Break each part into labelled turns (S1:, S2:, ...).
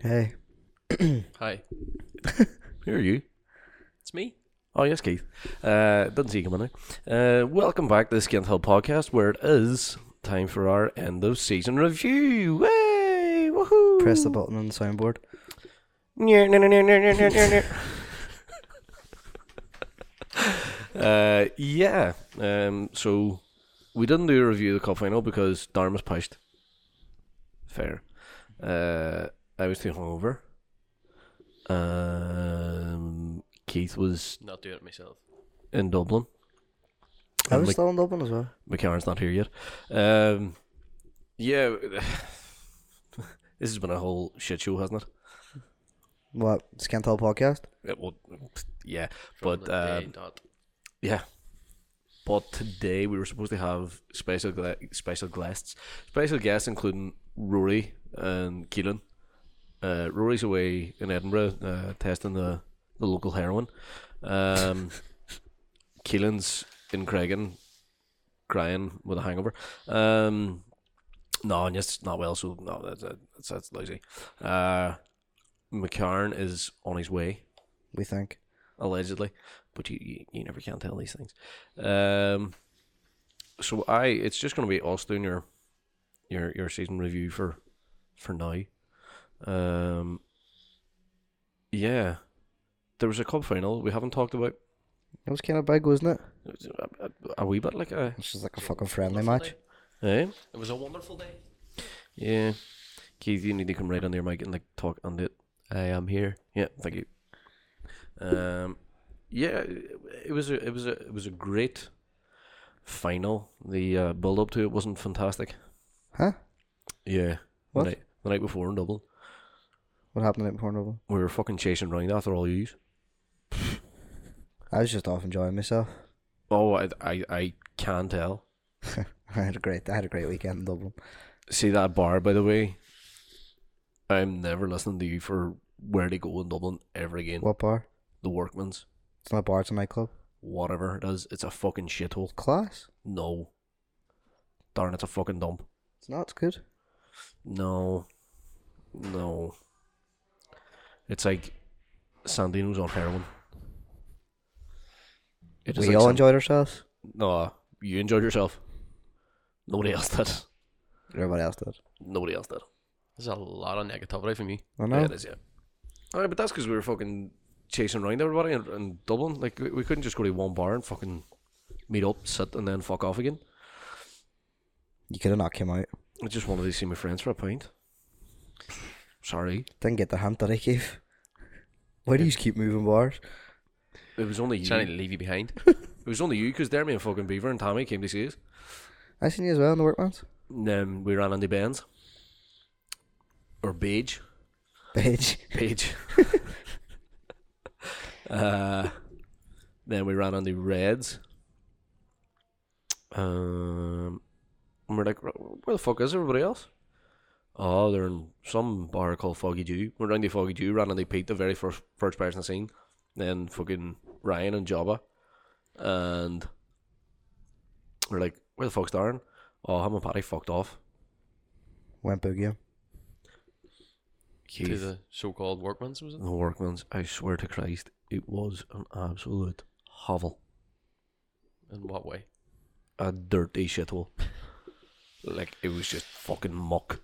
S1: Hey.
S2: Hi,
S3: Who are you?
S2: it's me.
S3: Oh, yes, Keith. Uh, didn't see you coming there. Uh, welcome back to the Skint Hill podcast, where it is time for our end of season review. Hey, woohoo!
S1: Press the button on the soundboard.
S3: Nyeh, nyeh, nyeh, nyeh, nyeh, nyeh, nyeh, nyeh. uh, yeah. Um, so we didn't do a review of the cup final because Darm was pushed. Fair. Uh, I was too hungover. Um, Keith was
S2: Not doing it myself.
S3: in Dublin.
S1: I
S3: And
S1: was
S3: Mc-
S1: still in Dublin as well.
S3: McCarran's not here yet. Um, yeah, this has been a whole shit show, hasn't
S1: What? Scantel podcast?
S3: it? it well, yeah,
S2: From
S3: But,
S2: the day
S3: um,
S2: dot.
S3: but today we were supposed to have special gle- special guests, special guests including Rory and Keelan. Uh, Rory's away in Edinburgh uh, testing the, the local heroin. Um, Keelan's in Craigan crying with a hangover. Um, no, and it's not well, so no, that's that's, that's lousy. Uh, McCarn is on his way
S1: We think.
S3: allegedly, but you, you, you never can tell these things. Um, so I, it's just going to be us doing your, your your season review for, for now. Um, yeah, there was a cup final we haven't talked about
S1: It was kind of big, wasn't it?
S3: It was a, a- a wee bit, like a
S1: It's just like a fucking friendly match.
S3: eh?
S2: It was a wonderful day.
S3: yeah. Keith, you need to come right on your mic and like talk on it.
S2: I am here.
S3: Yeah, thank you. Um, yeah, it it was a it was a it was a great final. The uh, build up to it wasn't fantastic.
S1: Huh?
S3: Yeah,
S1: What?
S3: The, night, the night before in Dublin,
S1: What happened in before Dublin?
S3: we were fucking chasing round after all yous.
S1: I was just off enjoying myself.
S3: Oh, I I, I can tell.
S1: I had a great I had a great weekend in Dublin.
S3: See that bar, by the way. I'm never listening to you for where to go in Dublin ever again.
S1: What bar?
S3: The Workman's,
S1: It's not a bar, it's a nightclub.
S3: whatever it is, it's a fucking shithole.
S1: Class.
S3: No, darn, it's a fucking dump.
S1: It's not, it's good.
S3: No. No. It's like Sandino's on heroin. It is
S1: we
S3: like
S1: all
S3: San-
S1: enjoyed ourselves.
S3: No, you enjoyed yourself. Nobody else did.
S1: Everybody else did.
S3: Nobody else did.
S2: There's a lot of negativity from you.
S1: I know.
S3: Yeah, it is, yeah. Alright, but that's because we were fucking chasing around everybody in, in Dublin. Like, we, we couldn't just go to one bar and fucking meet up, sit, and then fuck off again.
S1: You could have not came out.
S3: I just wanted to see my friends for a pint. Sorry.
S1: Didn't get the hint that I gave. Why do you keep moving bars?
S3: It was only you.
S2: Trying to leave you behind.
S3: It was only you because Dermy and fucking Beaver and Tommy came to see us.
S1: I seen you as well in the workman's.
S3: Um, we ran into Benz. Or Beige.
S1: Bitch.
S3: Beige. uh, then we ran into Reds. Um, and we're like, where the fuck is everybody else? Oh, they're in some bar called Foggy Dew. We're round to Foggy Dew, ran into Pete, the very first first person I seen. Then fucking Ryan and Jabba. And we're like, where the fuck's Darren? Oh, him and Patty fucked off.
S1: Went boogie.
S2: to the so-called workman's, was it?
S3: The workman's, I swear to Christ, it was an absolute hovel.
S2: In what way?
S3: A dirty shithole. like, it was just fucking muck.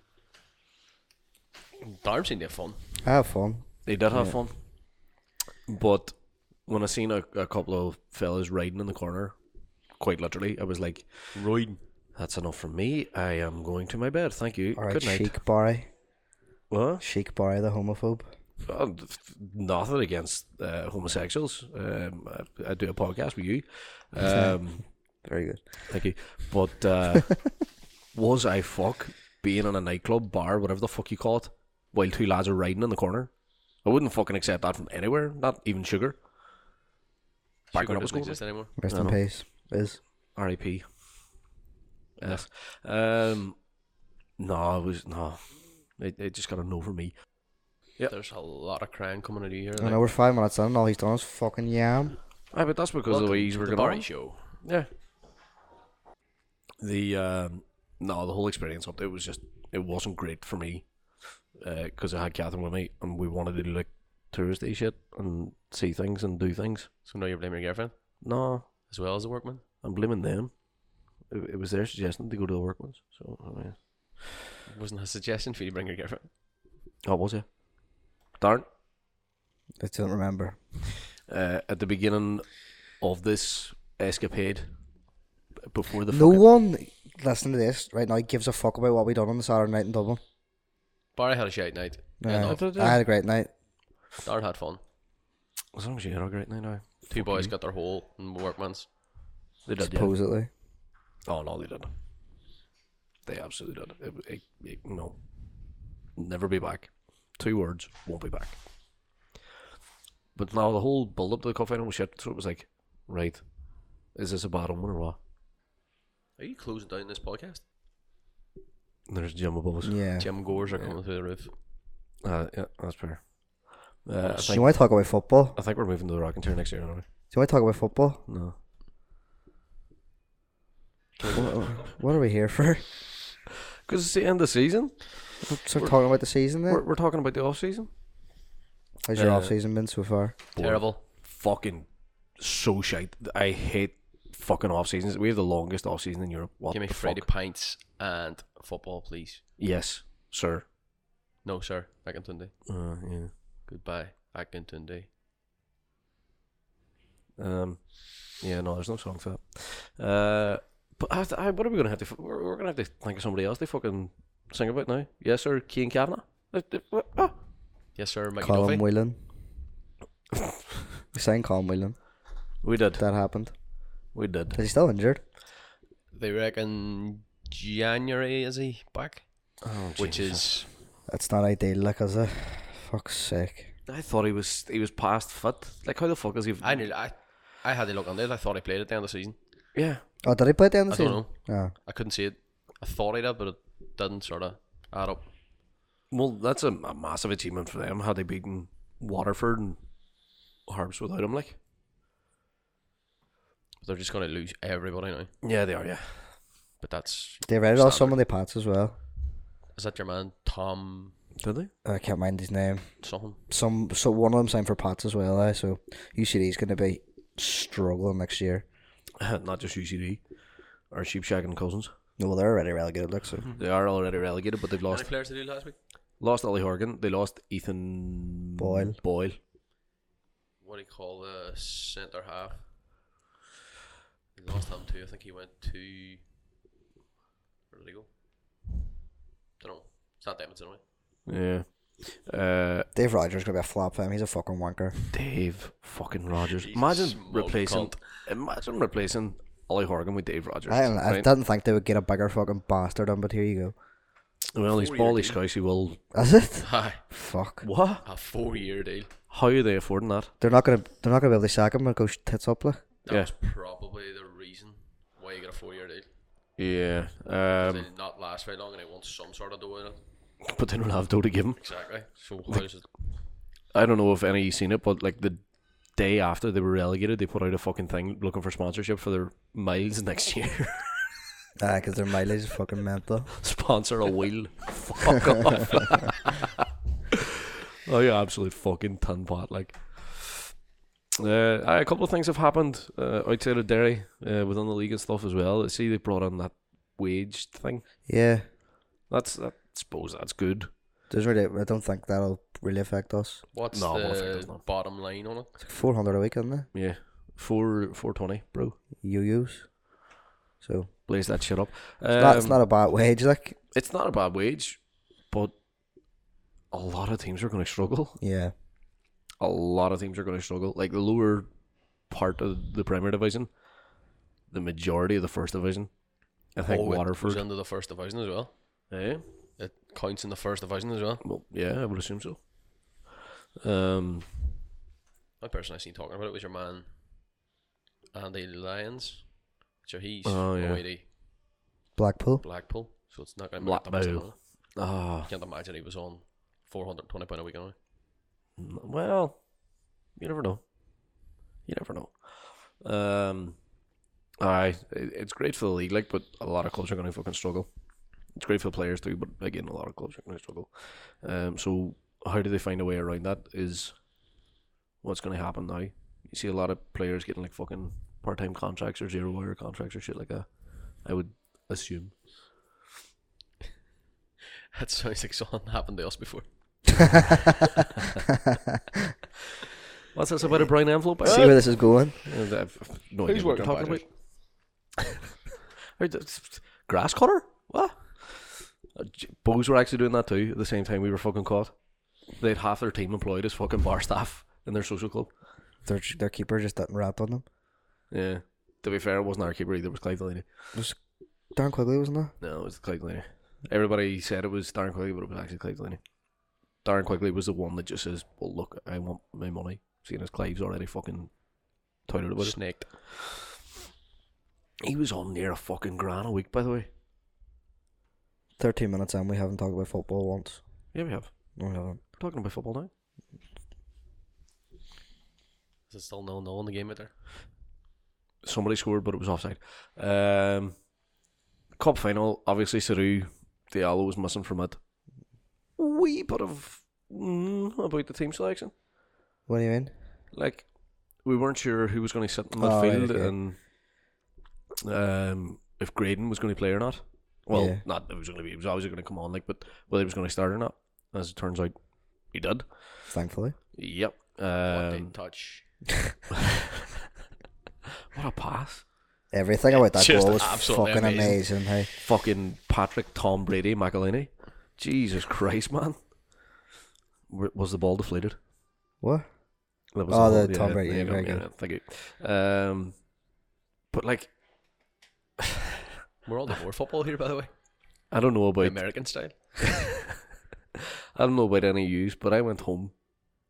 S2: Darm seemed to have fun.
S1: I have fun.
S3: They did have fun. But when I seen a, a couple of fellas riding in the corner, quite literally, I was like,
S2: Royden.
S3: that's enough from me. I am going to my bed. Thank you.
S1: Alright,
S3: Good night.
S1: Sheik Barry.
S3: What?
S1: Sheik Barry the homophobe.
S3: Uh, f- nothing against uh, homosexuals. Um, I, I do a podcast with you. Um,
S1: Very good.
S3: Thank you. But uh, was I fuck being in a nightclub, bar, whatever the fuck you call it, while two lads are riding in the corner? I wouldn't fucking accept that from anywhere, not even sugar. Back when I was
S2: doesn't
S3: going
S2: exist anymore.
S1: Rest
S3: I
S1: in
S3: know.
S1: peace. Is
S3: R.I.P. Yes. Um, no, it was no. It, it just got a no for me. Yep.
S2: There's a lot of crying coming out of you here.
S1: I
S2: Like,
S1: know we're five minutes in and all he's done is fucking yam.
S3: Aye, Ah, but that's because of the way he's
S2: to the
S3: working
S2: Barry
S3: on.
S2: show.
S3: Yeah. The um, no, the whole experience up there was just it wasn't great for me. because I had Catherine with me and we wanted to do like touristy shit and see things and do things.
S2: So now you're blaming your girlfriend
S3: No,
S2: as well as the workman.
S3: I'm blaming them. It, it was their suggestion to go to the work ones. So I mean,
S2: Wasn't a suggestion for you to bring your girlfriend.
S3: oh, was it? Darn.
S1: I don't remember.
S3: Uh, at the beginning of this escapade, before the
S1: no
S3: fucking-
S1: one listening to this right now gives a fuck about what we done on the Saturday night in Dublin.
S2: Barry had a shite night.
S1: Yeah.
S2: Yeah.
S3: I-
S1: I had a great night.
S2: Darren had fun.
S3: As long as you had a great night, now
S2: Two boys got their hole in workman's.
S3: they did. yeah.
S1: supposedly.
S3: Oh no, they did. They absolutely did. It, it, it, no, never be back. Two words, won't be back. But now the whole build up to the cup final was shit. So it was like, right, is this a bad one or what?
S2: Are you closing down this podcast?
S3: And there's Jim above us.
S1: Yeah.
S2: Jim Gores are coming through the roof.
S3: Uh, yeah, that's fair. Uh, I
S1: Do you
S3: think
S1: want to talk about football?
S3: I think we're moving to the rocking chair next year, anyway.
S1: Do you want to talk about football?
S3: No,
S1: what, what are we here for?
S3: because it's the end of the season.
S1: So talking about the season
S3: We're,
S1: then?
S3: we're talking about the off season.
S1: How's your
S3: uh,
S1: off season been so far?
S2: Terrible.
S3: Fucking so shite. I hate fucking off seasons. We have the longest off season in Europe. What
S2: Give me
S3: the
S2: Friday
S3: fuck?
S2: pints and football, please.
S3: Yes, sir.
S2: No, sir. Akintunde.
S3: Uh, yeah.
S2: Goodbye, Akintunde.
S3: Um, yeah. No, there's no song for that. Uh, but I have to, I, what are we gonna have to? f- We're, we're gonna have to think of somebody else. They fucking sing about now. Yes, sir. Keane Kavanagh. Uh, uh, uh, ah.
S2: Yes, sir. Mickey Duffy.
S1: Colin Whelan. we signed Colin Whelan.
S3: We did.
S1: That happened.
S3: We did.
S1: Is he still injured?
S2: they reckon January is he back,
S3: Oh,
S2: which
S3: Jesus.
S2: is
S1: That's not ideal, like, is it? Fuck's sake.
S3: I thought he was he was past fit. Like how the fuck is he?
S2: I knew I I had a look on it. I thought he played at the end of the season.
S3: yeah.
S1: Oh, did he play at the end
S2: I
S1: of the
S2: don't
S1: season?
S2: know.
S1: Oh.
S2: I couldn't see it. I thought he did, but it didn't sort of add up.
S3: Well, that's a, a massive achievement for them. Had they beaten Waterford and Harbs without him, like
S2: They're just going to lose everybody now.
S3: yeah, they are. Yeah.
S2: But that's
S1: They read off some of the parts as well.
S2: is that your man Tom
S3: Did they?
S1: I can't mind his name.
S2: something?
S1: Some so one of them signed for Pats as well, eh? so UCD's gonna be struggling next year.
S3: Not just UCD or Sheepshack and Cousins.
S1: No, well, they're already relegated, look, so
S3: They are already relegated, but they've lost
S2: players to do last week?
S3: Lost Ollie Horgan. They lost Ethan
S1: Boyle.
S3: Boyle.
S2: What do you call the centre half? They lost him too. I think he went to. Where did he go? Don't know. It's not Edmonton, anyway.
S3: Yeah. Uh,
S1: Dave Rogers gonna be a flop for him. He's a fucking wanker.
S3: Dave fucking Rogers.
S2: He's a
S3: Imagine
S2: smug
S3: replacing.
S2: cunt.
S3: Imagine replacing Ollie Horgan with Dave Rogers.
S1: I, don't, I
S3: right?
S1: didn't think they would get a bigger fucking bastard on, but here you
S3: well, he's
S2: Four-year
S3: Bally
S2: deal.
S3: Scouse. He will.
S1: go. Is it?
S2: Hi.
S1: Fuck.
S3: What?
S2: A four year deal.
S3: How are they affording that?
S1: They're not gonna. They're not gonna be able to sack him and go sh- tits up, like.
S2: That
S3: Yeah.
S2: was probably the reason why you got a four year deal.
S3: Yeah. Um,
S2: they did not last very long and it wants some sort of dough in it.
S3: but they don't have dough to give him.
S2: Exactly. So how is it?
S3: I don't know if any of you seen it, but like the day after they were relegated, they put out a fucking thing looking for sponsorship for their miles next year.
S1: Ah, because their mileage is fucking mental.
S3: Sponsor a wheel. Fuck off. oh, you absolute fucking tin pot. Like, uh, aye, a couple of things have happened uh, outside of Derry uh, within the league and stuff as well. See, they brought in that wage thing.
S1: Yeah.
S3: That's that. I suppose that's good.
S1: Doesn't really. I don't think that'll really affect us.
S2: What's
S3: No, I won't think
S2: the
S3: it's not.
S2: bottom line on it?
S1: It's like four hundred a week, isn't it?
S3: Yeah, four four twenty, bro.
S1: You use. So
S3: Blaze that shit up.
S1: it's not, it's
S3: Um,
S1: not a bad wage, like.
S3: it's not a bad wage, but a lot of teams are going to struggle.
S1: Yeah.
S3: A lot of teams are going to struggle. Like the lower part of the Premier Division, the majority of the First Division, I think
S2: Oh, it
S3: Waterford.
S2: was under the first division as well.
S3: Eh?
S2: It counts in the first division as well.
S3: Well, yeah, I would assume so. Um,
S2: My person I seen talking about it was your man Andy Lyons. So he's
S3: Oh, yeah.
S2: away to
S1: Blackpool.
S2: Blackpool, so it's not going to make that much
S3: Blackpool.
S2: difference.
S3: ah,
S2: I can't imagine he was on four hundred twenty pound a week anyway.
S3: n- well, you never know. You never know. Um, aye, it- it's great for the league, like, but a lot of clubs are going to fucking struggle. It's great for the players too, but again, a lot of clubs are going to struggle. Um, so how do they find a way around that? Is what's going to happen now? You see a lot of players getting like fucking part-time contracts or zero-hour contracts or shit like that. I would assume.
S2: That sounds like something happened to us before.
S3: What's this about a Ah, brown envelope?
S1: See where this is going.
S3: I've I've no
S2: Who's
S3: idea what you're
S2: working
S3: talking
S2: about
S3: about. How does- Grass cutter? What? Uh, j- Bows were actually doing that too. At the same time, we were fucking caught. They had half their team employed as fucking bar staff in their social club.
S1: Their their keeper just didn't rat on them.
S3: Yeah. To be fair, it wasn't our keeper either. It was Clyde Delaney.
S1: It was Darren Quigley, wasn't it?
S3: No, it was Clyde Delaney. Everybody said it was Darren Quigley, but it was actually Clyde Delaney. Darren Quigley was the one that just says, "Well, look, I want my money," seeing as Clive's already fucking touted about it.
S2: Snaked.
S3: He was on near a fucking grand a week, by the way.
S1: Thirteen minutes in, we haven't talked about football once.
S3: Yeah, we have.
S1: No, we haven't.
S3: We're talking about football now.
S2: Is it still no no in the game out there?
S3: somebody scored, but it was offside. Um, cup final, obviously, Saru Diallo was missing from it. Wee bit of mm, about the team selection.
S1: What do you mean?
S3: Like, we weren't sure who was going to sit in
S1: Oh, right,
S3: midfield
S1: okay.
S3: and um, if Graydon was going to play or not. Well,
S1: Yeah.
S3: not if he was going to be. He was obviously going to come on, like, but whether he was going to start or not. As it turns out, he did.
S1: Thankfully,
S3: Yep.
S2: What
S3: Um,
S2: did touch?
S3: what a pass!
S1: everything about that
S2: Just
S1: goal was
S2: absolutely
S1: fucking amazing.
S2: amazing.
S1: hey.
S3: fucking Patrick, Tom Brady, McElhinney. Jesus Christ, man. W- Was the ball deflated?
S1: What?
S3: That was
S1: Oh,
S3: ball-
S1: the Tom Brady,
S3: there you
S1: yeah,
S3: go,
S1: very
S3: thank you. Um, but like,
S2: We're all the more football here, by the way.
S3: I don't know
S2: The
S3: about
S2: American style.
S3: I don't know about any of yous, but I went home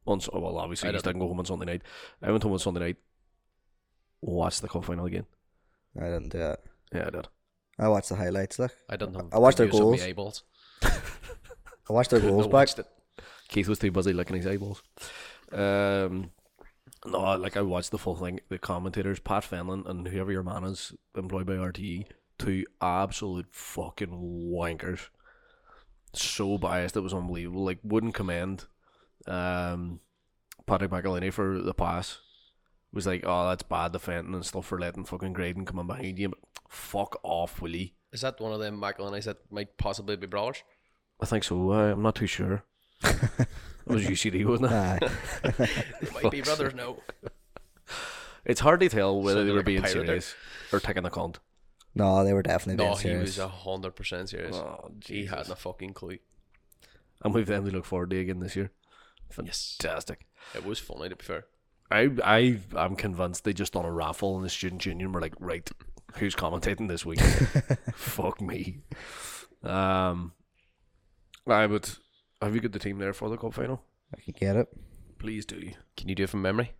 S3: on Su- well, obviously
S2: I
S3: I just
S2: didn't.
S3: didn't go home on Sunday night. I went home on Sunday night, watched the cup final again.
S1: I didn't do that.
S3: Yeah, I did.
S1: I watched the highlights. Look,
S2: I don't know.
S1: I watched their
S2: use of my
S1: goals.
S2: eyeballs.
S1: I watched their goals back.
S3: Watched it. Keith was too busy licking his eyeballs. Um, no, I- like I watched the full thing. The commentators, Pat Fenlon and whoever your man is employed by RTE, two absolute fucking wankers. So biased, it was unbelievable. Like, wouldn't commend um, Patrick McElhinney for the pass. Was like, oh, that's bad defending and stuff for letting fucking Graydon come in behind you. But fuck off, Willie.
S2: Is that one of them McElhaney's that might possibly be brothers?
S3: I think so. Uh, I'm not too sure. it was UCD, wasn't it?
S1: Aye.
S2: They might be brothers, no.
S3: It's hard to tell whether they
S2: Sounded
S3: were
S2: like a
S3: being
S2: pirate there.
S3: serious or taking the cunt.
S1: no, they were definitely
S2: No,
S1: being
S2: he was
S1: serious.
S2: a hundred percent serious.
S3: Oh,
S2: he hadn't a fucking clue.
S3: And we've them to look forward to again this year.
S2: Yes.
S3: Fantastic.
S2: It was funny to be fair.
S3: I, I, I'm convinced they just done a raffle in the student union. and We're like, right, who's commentating this week? Fuck me. Um, I would. Have you got the team there for the cup final?
S1: I can get it.
S3: Please do.
S2: Can you do it from memory?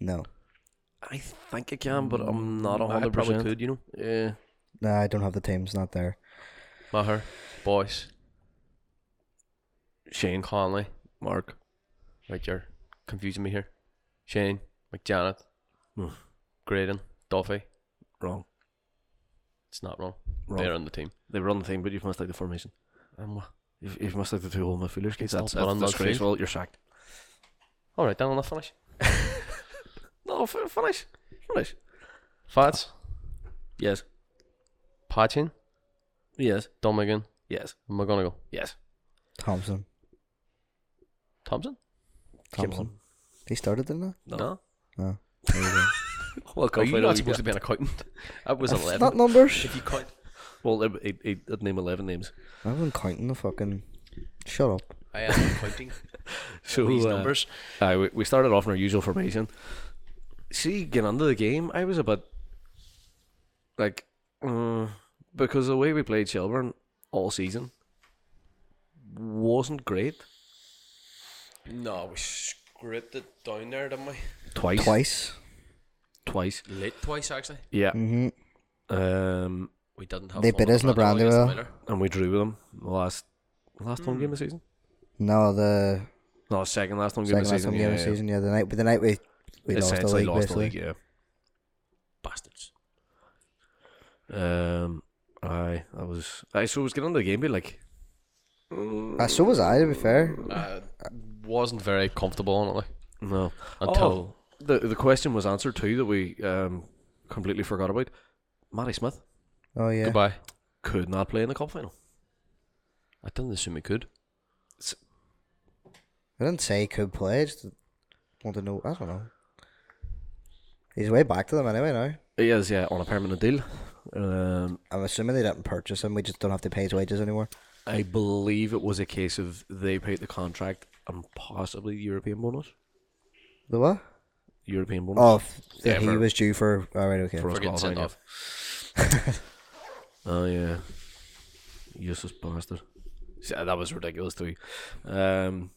S1: No,
S3: I think I can, but I'm not
S2: Mm, I
S3: hundred
S2: probably
S3: percent.
S2: could, you know.
S3: Yeah.
S1: no, I don't have the teams. Not there.
S2: Maher, Boyce,
S3: Shane,
S2: Conley.
S3: Mark,
S2: Right, you're confusing me here. Shane, McJanet,
S3: Hmm.
S2: Graydon, Duffy.
S3: wrong.
S2: It's not wrong.
S3: Wrong.
S2: They're on the team.
S3: They were on the team, but you've missed out the formation.
S2: Um,
S3: You've, you've missed out the two whole midfielders. Keith.
S2: not
S3: That's, that's
S2: put on midfield.
S3: disgraceful. You're sacked.
S2: all right, then I'll finish.
S3: No, f- finish. Finish.
S2: Fats,
S3: Yes.
S2: Patchin,
S3: Yes.
S2: Domigan,
S3: Yes.
S2: and McGonagall.
S3: Yes.
S1: Thompson.
S2: Thompson?
S1: Thompson. He started, didn't
S3: No.
S1: he? No.
S3: Well,
S2: Are you not supposed to be an accountant? I was
S1: That's
S2: 11.
S1: not numbers.
S2: If you count.
S3: Well, it, it, it, it'd name 11 names.
S1: I've been counting the fucking. Shut up.
S2: I am counting
S3: So,
S2: these
S3: uh,
S2: numbers.
S3: aye, we, we started off in our usual formation. See, getting into the game, I was a bit like, uh, because the way we played Shelburne all season wasn't great.
S2: No, we scripted down there, didn't we?
S3: Twice.
S1: Twice.
S3: Twice.
S2: Late twice, actually.
S3: Yeah.
S1: Mm-hmm.
S3: Um,
S2: We didn't have
S1: They
S2: one
S1: bit us in the brandy,
S2: Orlando against
S1: well.
S2: the Miller.
S3: and we drew with them the last last home game of the season.
S1: No, the
S3: No, second last home game
S1: second
S3: of the
S1: last
S3: season.
S1: home game of the
S3: yeah, yeah.
S1: season. Yeah, the night. But the night we we lost the
S3: Essentially
S1: league.
S3: lost the
S1: basically.
S3: league, yeah.
S2: Bastards.
S3: Um, Aye, I was. I so was getting into the game, be like,
S1: Uh, so was I, to be fair.
S2: Uh, wasn't very comfortable on it, like,
S3: no.
S1: Oh,
S3: Oh,
S2: until
S3: the the question was answered too that we um completely forgot about. Matty Smith
S1: Oh, yeah.
S2: goodbye.
S3: could not play in the cup final.
S2: I didn't assume he could.
S1: I didn't say he could play. I just want to know. I don't know. He's way back to them anyway now.
S3: He is, yeah, on a permanent deal. Um,
S1: I'm assuming they didn't purchase him. We just don't have to pay his wages anymore.
S3: I believe it was a case of they paid the contract and possibly the European bonus.
S1: The what?
S3: European bonus.
S1: Oh, f- yeah,
S2: Yeah,
S1: he
S2: for-
S1: was due for. All right, okay.
S3: For us
S2: For getting
S3: qualifying,
S2: sent off.
S3: Oh yeah, useless bastard. See, that was ridiculous too. Um,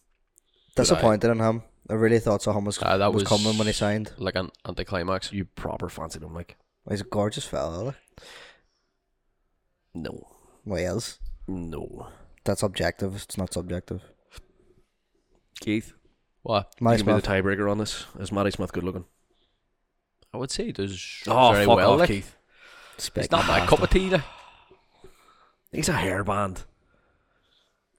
S1: Disappointed in him. I really thought Saham was,
S2: Ah, that
S1: was,
S2: was-
S1: coming when he signed.
S2: Like an anticlimax.
S3: you proper fancied him, like
S1: He's a gorgeous fella. like.
S3: no,
S1: What else?
S3: no.
S1: That's objective. It's not subjective.
S3: Keith,
S2: What?
S1: My
S3: give me the
S1: Smith.
S3: tiebreaker on this. Is Matty Smith good looking?
S2: I would say he does
S3: Oh,
S2: very
S3: fuck
S2: well.
S3: off,
S2: like,
S3: Keith.
S1: Speck.
S2: He's not my cup of tea. Like.
S3: He's a hairband.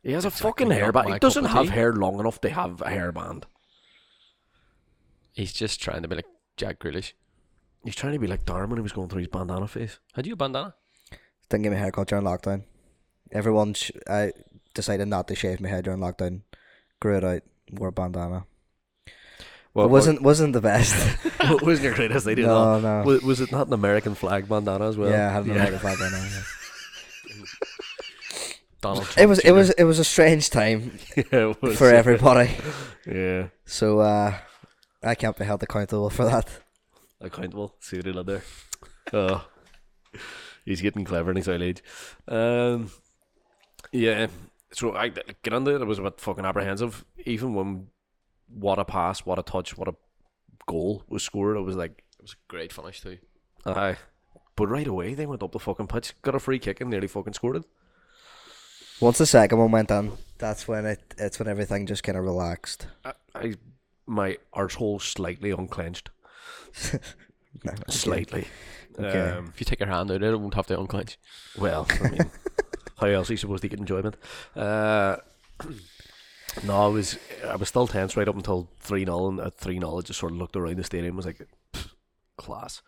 S3: He has a
S2: Exactly,
S3: fucking
S2: not
S3: hairband.
S2: my
S3: He
S2: cup
S3: doesn't
S2: of
S3: have
S2: tea.
S3: hair long enough to have a hairband.
S2: He's just trying to be like Jack Grealish.
S3: He's trying to be like Darwin when he was going through his bandana phase.
S2: Had you a bandana?
S1: Didn't give me a haircut during lockdown. Everyone, sh- I decided not to shave my head during lockdown. Grew it out. Wore a bandana.
S3: Well,
S1: it wasn't wasn't the best.
S3: It wasn't your greatest idea.
S1: No,
S3: no.
S1: no.
S3: Was, was it not an American flag bandana as well?
S1: yeah, I had an
S3: Yeah.
S1: American flag bandana. yeah.
S2: Donald
S1: It
S2: Trump
S1: was it was it was a strange time
S3: yeah, it was.
S1: for everybody.
S3: Yeah,
S1: So uh, I can't be held accountable for that.
S3: accountable. See what he did there. Oh, he's getting clever in his old age. Um, yeah. So I get on there. I was a bit fucking apprehensive, even when what a pass, what a touch, what a goal was scored. I was like,
S2: It was a great finish too.
S3: aye. But right away, they went up the fucking pitch, got a free kick, and nearly fucking scored it.
S1: Once the second one went in, that's when it it's when everything just kind of relaxed.
S3: I, I my arsehole slightly unclenched.
S1: No, okay.
S3: Slightly.
S1: Okay.
S3: Um,
S2: If you take your hand out, it won't have to unclench.
S3: well, I mean, how else are you supposed to get enjoyment? Uh, no, I was I was still tense right up until three 0 and at three 0 I just sort of looked around the stadium and was like, "Pfft, class.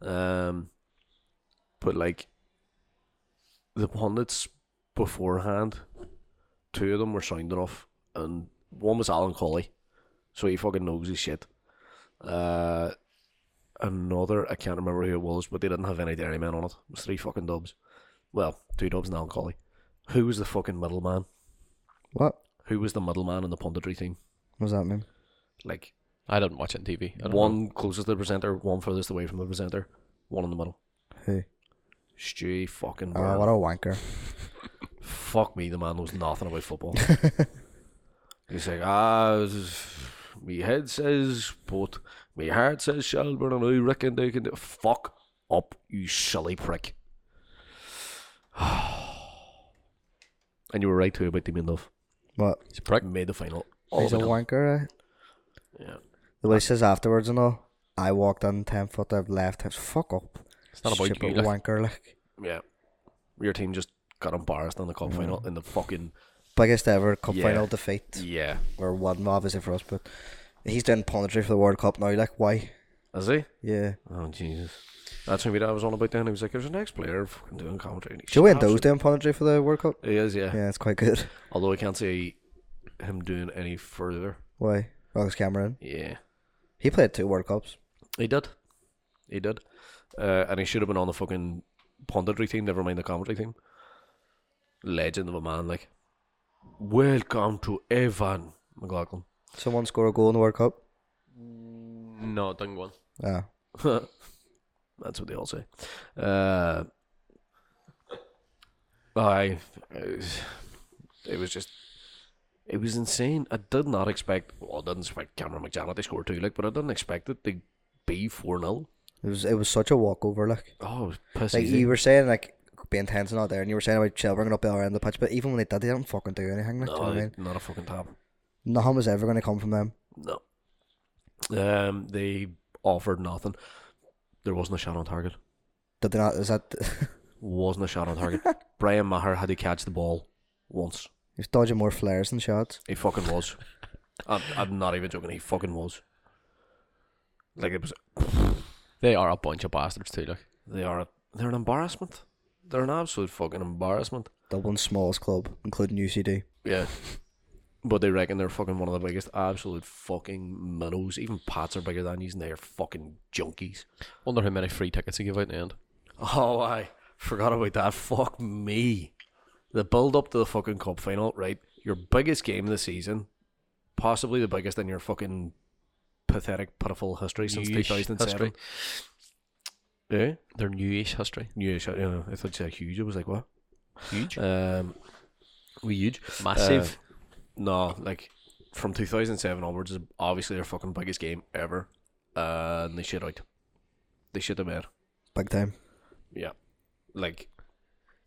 S3: Um, but like the pundits beforehand, two of them were sound enough, and one was Alan Colley, so he fucking knows his shit. Uh, another I can't remember who it was, but they didn't have any dairy men on it. It was three fucking dubs. Well, two dubs and Alan Colley. Who was the fucking middleman?
S1: What
S3: Who was the middleman in the punditry team?
S1: what does that mean?
S3: Like
S2: I didn't watch it on TV. I don't know.
S3: one closest to the presenter, one furthest away from the presenter, one in the middle.
S1: Who?
S3: Stewie fucking
S1: Oh,
S3: Byrne.
S1: what a wanker.
S3: fuck me, the man knows nothing about football. He's like, ah, this is- me head says, but me heart says Shelburne, and I reckon they can do. Fuck up, you silly prick. and you were right too about Damien Love.
S1: What?
S2: He's a prick.
S3: Made the final. Oh, All
S1: He's a
S3: of it.
S1: wanker. Eh?
S3: Yeah.
S1: The way he says afterwards and all. I walked in ten foot. I've left. It's fuck up.
S2: It's not about
S1: Stupid
S2: you. Like,
S1: wanker. Like
S3: yeah. Your team just got embarrassed in the cup final in the fucking.
S1: biggest ever cup
S3: Yeah.
S1: final defeat,
S3: Yeah.
S1: or one obviously for us. But he's doing punditry for the World Cup now. Like why?
S3: Is he?
S1: Yeah.
S3: Oh, Jesus. That's what I was on about then. He was like, there's an ex player fucking doing commentary. and he
S1: Joey and
S3: slaps
S1: Doe's doing punditry for the World Cup.
S3: it. He is, yeah.
S1: Yeah, it's quite good.
S3: Although I can't see him doing any further.
S1: Why? Alex Cameron.
S3: Yeah.
S1: He played two World Cups.
S3: He did. He did. Uh, and he should have been on the fucking punditry team, never mind the commentary team. Legend of a man, like. Welcome to Evan McLaughlin.
S1: Someone score a goal in the World Cup. Ah,
S2: no, it didn't go on.
S1: Yeah.
S3: That's what they all say. Uh, I, it was just, it was insane. I did not expect. Well, I didn't expect Cameron McJanet to score two, like, but I didn't expect it to be four 0
S1: It was it was such a walkover. Like
S3: Oh, it was pissing.
S1: like you were saying like being tense and all there, and you were saying about Shelburne up the other end of the pitch, but even when they did, they didn't fucking do anything. Like, do you know what I mean?
S3: not a fucking top.
S1: Nothing was ever going to come from them.
S3: No. Um, they offered nothing. There wasn't a shot on target.
S1: Did they not? Is that
S3: wasn't a shot on target. Brian Maher had to catch the ball once.
S1: He's dodging more flares than shots.
S3: He fucking was. I'm, I'm not even joking. He fucking was. Like it was.
S2: They are a bunch of bastards too. Look,
S3: They are. They're an embarrassment. They're an absolute fucking embarrassment.
S1: Dublin's smallest club, including UCD.
S3: Yeah. But they reckon they're fucking one of the biggest absolute fucking minnows. Even Pats are bigger than these and they're fucking junkies.
S2: wonder how many free tickets they give out in the end.
S3: Oh, I forgot about that. Fuck me. The build up to the fucking cup final, right? Your biggest game of the season, possibly the biggest in your fucking pathetic, pitiful history since
S2: Newish
S3: 2007. Yeah?
S2: Their newish history.
S3: Eh? Newish, you know, I thought you said huge. I was like, what?
S2: Huge,
S3: Um, we huge.
S2: massive.
S3: No, like from 2007 onwards is obviously their fucking biggest game ever, uh, and they shit out. They shit them out.
S1: Big time.
S3: Yeah, like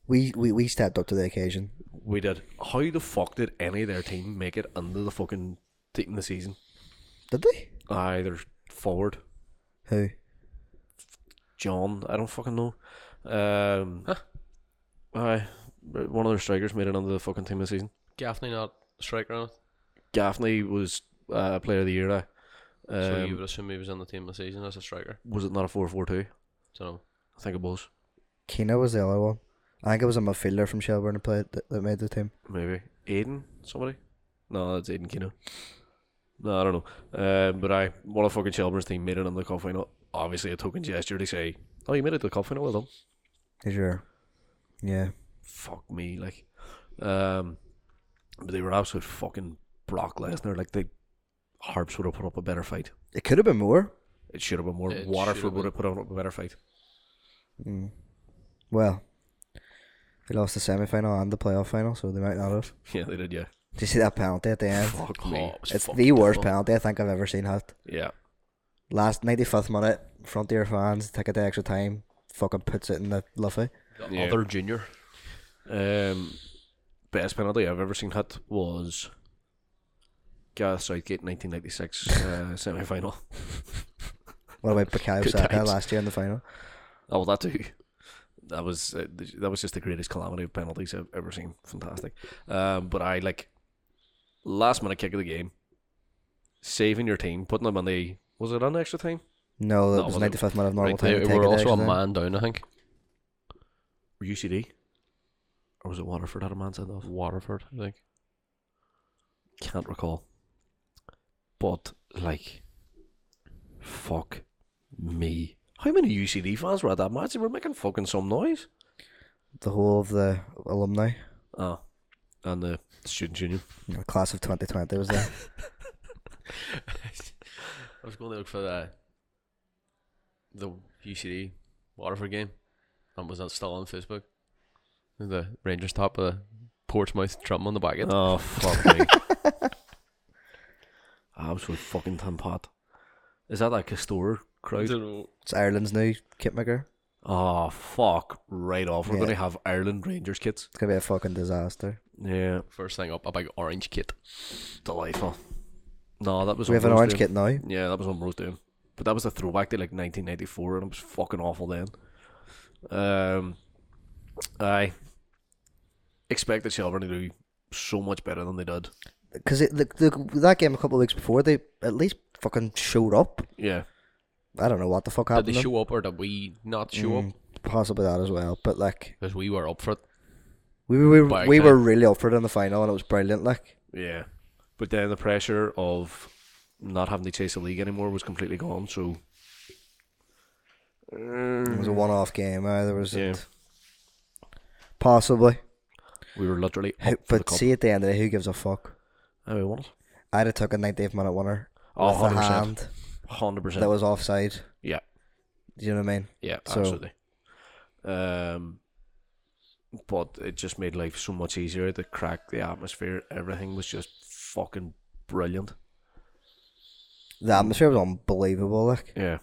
S1: We, we we stepped up to the occasion.
S3: we did. How the fuck did any of their team make it into the fucking team of the season?
S1: Did they?
S3: Aye, they're forward.
S1: Who?
S3: John, I don't fucking know. Um,
S2: Huh.
S3: aye, one of their strikers made it into the fucking team of the season.
S2: Gaffney not striker on it.
S3: Gaffney was uh, player of the year. Now. Um,
S2: so you would assume he was on the team this season as a striker.
S3: was it not a four four two?
S2: So
S3: I think it was.
S1: Kina was the other one. I think it was a midfielder from Shelburne that played that, that made the team.
S3: Maybe. Aiden, somebody? No, that's Aiden Kino. No, I don't know. Um, but I, what a fucking Shelburne's team made it in the cup final. Obviously, a token gesture to say, oh, you made it to the cup final, well done.
S1: Is your Yeah.
S3: Fuck me, like. Um, but they were absolute fucking Brock Lesnar. Like, the Harps would have put up a better fight.
S1: It could have been more.
S3: It should have been more.
S2: It should
S3: Waterford
S2: have
S3: would have put up a better fight.
S1: Mm. Well, they lost the semi final and the playoff final, so they might not have.
S3: Yeah, they did, yeah.
S1: Did you see that penalty at the end?
S3: Fuck
S2: oh,
S3: me.
S2: it was
S1: It's
S2: fucking
S1: the worst
S2: awful.
S1: penalty I think I've ever seen hit.
S3: Yeah.
S1: Last 95th minute, Frontier fans take it to extra time, fucking puts it in the Luffy.
S2: The
S3: Yeah.
S2: Other junior.
S3: Um, best penalty I've ever seen hit was Gareth Southgate 1996 uh, semi final.
S1: What about Bukayo
S3: Good
S1: Saka
S3: times.
S1: last year in the final?
S3: Oh, well, that too. That was uh, th- that was just the greatest calamity of penalties I've ever seen. Fantastic. Um, but I like last minute kick of the game, saving your team, putting them on the was it on extra time?
S1: No, that
S3: No,
S1: was
S3: well, they-
S1: 95th minute of normal
S2: Right,
S1: time.
S2: they
S1: to take
S2: were
S1: it to
S2: also a
S1: extra time.
S2: man down. I think
S3: UCD or was it Waterford had a man sent off?
S2: Waterford. I think.
S3: Can't recall. But like, fuck me. How many UCD fans were at that match? They were making fucking some noise.
S1: The whole of the alumni,
S3: Oh, and the student union.
S1: you know, class of 2020 was there.
S2: I was going to look for the the UCD Waterford game, and was that still on Facebook? The Rangers top of the Portsmouth drum on the back end.
S3: Oh fuck me! Absolute fucking tin pot. Is that like a store crowd?
S1: it's Ireland's new kitmaker.
S3: Oh fuck! Right off, we're
S1: Yeah.
S3: gonna have Ireland Rangers kits.
S1: It's going to be a fucking disaster.
S3: Yeah,
S2: First thing up, a big orange kit.
S3: delightful. No, that was
S1: we have an
S3: Ambrose
S1: orange
S3: doing.
S1: kit now.
S3: Yeah, that was on Rose doing. But that was a throwback to like 1994, and it was fucking awful then. Um, I expected Shelburne to do so much better than they did.
S1: Because the, the, that game a couple of weeks before, they at least fucking showed up.
S3: Yeah,
S1: I don't know what the fuck
S2: Did
S1: happened.
S2: they
S1: to them.
S2: show up or did we not show up?
S1: Mm, Possibly that as well. But like,
S2: Because we were up for it.
S1: we, we, were
S2: Big
S1: we
S2: time.
S1: were really up for it in the final and it was brilliant. Like,
S3: yeah. But then the pressure of not having to chase the league anymore was completely gone. So Mm.
S1: it
S3: Mm-hmm.
S1: was a one off game. Uh, there was
S3: Yeah.
S1: it. Possibly.
S3: we were literally up
S1: Who-
S3: for the
S1: But
S3: cup.
S1: see, at the end of the day, who gives a fuck?
S3: I mean, what?
S1: I'd have took a 90th minute winner
S3: Oh,
S1: with the
S3: 100%.
S1: hand
S3: Hundred
S1: that
S3: percent.
S1: was offside.
S3: Yeah.
S1: Do you know what I mean?
S3: Yeah,
S1: So-
S3: absolutely. Um, but it just made life so much easier. The crack, the atmosphere, everything was just fucking brilliant.
S1: The atmosphere was unbelievable. Like,
S3: Yeah.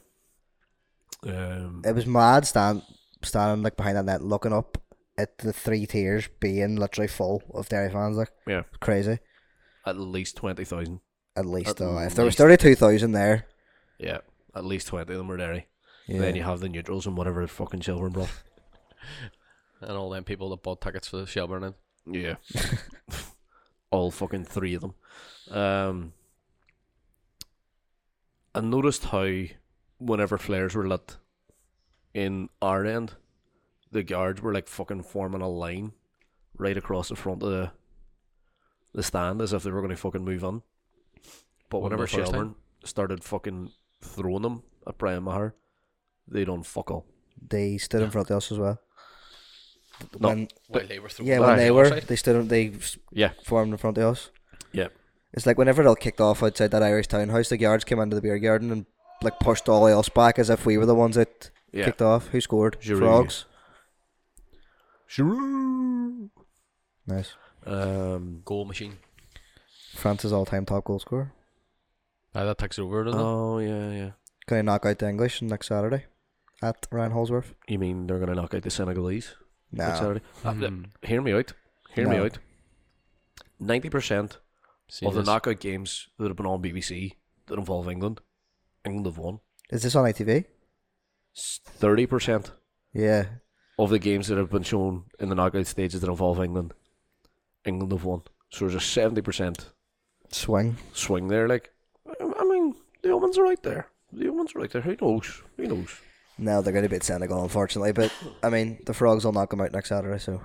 S3: Um,
S1: it was mad stand, standing like behind that net, looking up at the three tiers being literally full of Derry fans. Like,
S3: yeah,
S1: crazy.
S3: at least twenty thousand.
S1: At least,
S3: At
S1: though, if there was
S3: least.
S1: 32,000 there,
S3: Yeah, at least twenty of them were eh? dairy.
S1: yeah.
S3: Then you have the neutrals and whatever fucking children brought.
S2: and all them people that bought tickets for the Shelburne in.
S3: Yeah. All fucking three of them. Um, I noticed how whenever flares were lit in our end, the guards were like fucking forming a line right across the front of the, the stand as if they were going to fucking move on. But
S2: Wasn't
S3: whenever
S2: it first
S3: Shelburne started fucking throwing them at Brian Maher, they done fuck all.
S1: They stood in front of us as well.
S3: No.
S1: When,
S2: While they were throwing
S1: yeah,
S2: them
S1: when
S2: on
S1: they
S2: the
S1: were,
S2: outside.
S1: they stood. in- They s-
S3: Yeah.
S1: formed in front of us.
S3: Yeah.
S1: It's like whenever they all kicked off outside that Irish townhouse, the guards came into the beer garden and like pushed all else back as if we were the ones that
S3: Yeah.
S1: kicked off. Who scored?
S3: Giroud.
S1: Frogs.
S3: Giroud.
S1: Nice.
S3: Um,
S2: goal machine.
S1: France's all-time top goal scorer.
S2: Aye, that takes over, doesn't it?
S3: oh, yeah, yeah.
S1: Can he knock out the English next Saturday at Ryan Holsworth?
S3: You mean they're going to knock out the Senegalese
S1: No.
S3: on Saturday? Uh,
S2: Hmm.
S3: Hear me out. Hear me
S1: No.
S3: out. Ninety percent
S2: See
S3: of the
S2: this?
S3: knockout games that have been on BBC that involve England, England have won.
S1: Is this on ITV?
S3: Thirty percent
S1: Yeah.
S3: of the games that have been shown in the knockout stages that involve England, England have won. So there's a seventy percent
S1: Swing.
S3: swing there. Like, um, I I mean, the omens are right there. The omens are right there. Who knows? Who knows?
S1: No, they're going to beat Senegal, unfortunately. But I mean, the frogs will knock them out next Saturday, so.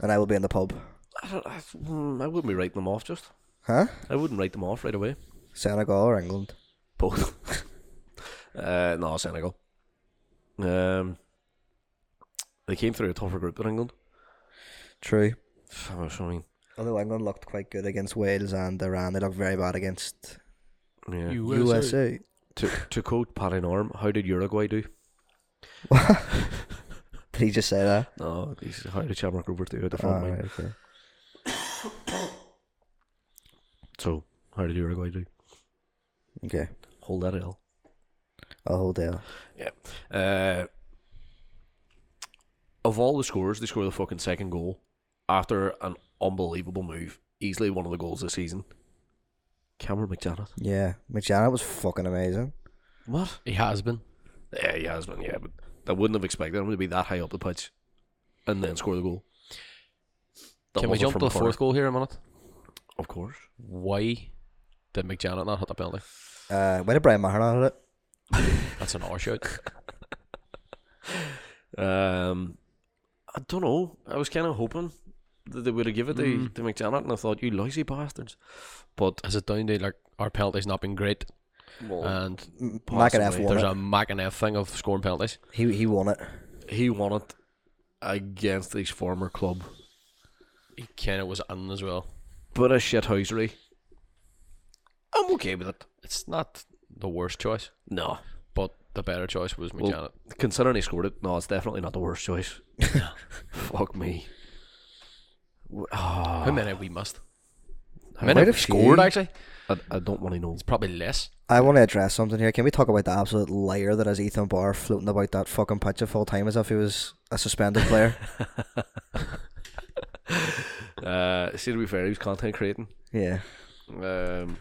S1: And I will be in the pub,
S3: I, don't, I, mm, I wouldn't be writing them off just.
S1: huh?
S3: I wouldn't write them off right away.
S1: Senegal or England?
S3: Both. uh, no, Senegal. Um, they came through a tougher group than England.
S1: True.
S3: I was- I mean,
S1: Although England looked quite good against Wales and Iran, they looked very bad against
S3: yeah.
S1: USA.
S3: to to quote Paddy Norm, how did Uruguay do?
S1: Did he just say that?
S3: No, he's- how did Shamrock Rovers do? I don't
S1: Oh,
S3: know.
S1: right, okay.
S3: So, how did Uruguay do?
S1: Okay.
S3: Hold that L.
S1: I'll hold L.
S3: Uh, of all the scores, they scored the fucking second goal after an unbelievable move. Easily one of the goals this season. Cameron McJanet.
S1: Yeah. McJanet was fucking amazing.
S3: What?
S2: He has been.
S3: Yeah, he has been. Yeah, but I wouldn't have expected him to be that high up the pitch and then score the goal. That
S2: Can we
S3: wasn't
S2: jump
S3: from
S2: to the
S3: a corner.
S2: fourth goal here a minute?
S3: Of course.
S2: Why did McJanet not hit the penalty?
S1: Uh, when did Brian Maher not hit
S2: That's an R shout.
S3: Um, I don't know. I was kind of hoping that they would have given it to,
S2: Mm.
S3: to McJanet, and I thought, you lousy bastards. But
S2: Is it down to like our penalties not been great and
S1: it? McAneff
S3: Possibly.
S1: won
S2: there's
S1: it.
S2: a McAneff thing of scoring penalties?
S1: He, he won it.
S3: he won it against his former club.
S2: He kind of was in as well.
S3: But a shithousery. I'm okay with it.
S2: It's not the worst choice,
S3: No.
S2: but the better choice was
S3: Well-
S2: McJanet.
S3: Considering he scored it, no, it's definitely not the worst choice. Fuck me. W- ah.
S2: How many have er we er missed? How
S1: Quite
S2: many
S1: a
S2: have we scored
S1: few.
S2: actually?
S3: I, I don't want to know.
S2: It's probably less.
S1: I want to address something here. Can we talk about the absolute liar that is Ethan Barr floating about that fucking pitch at full time as if he was a suspended player?
S3: Uh, see, to be fair, he was content creating.
S1: yeah.
S3: Um,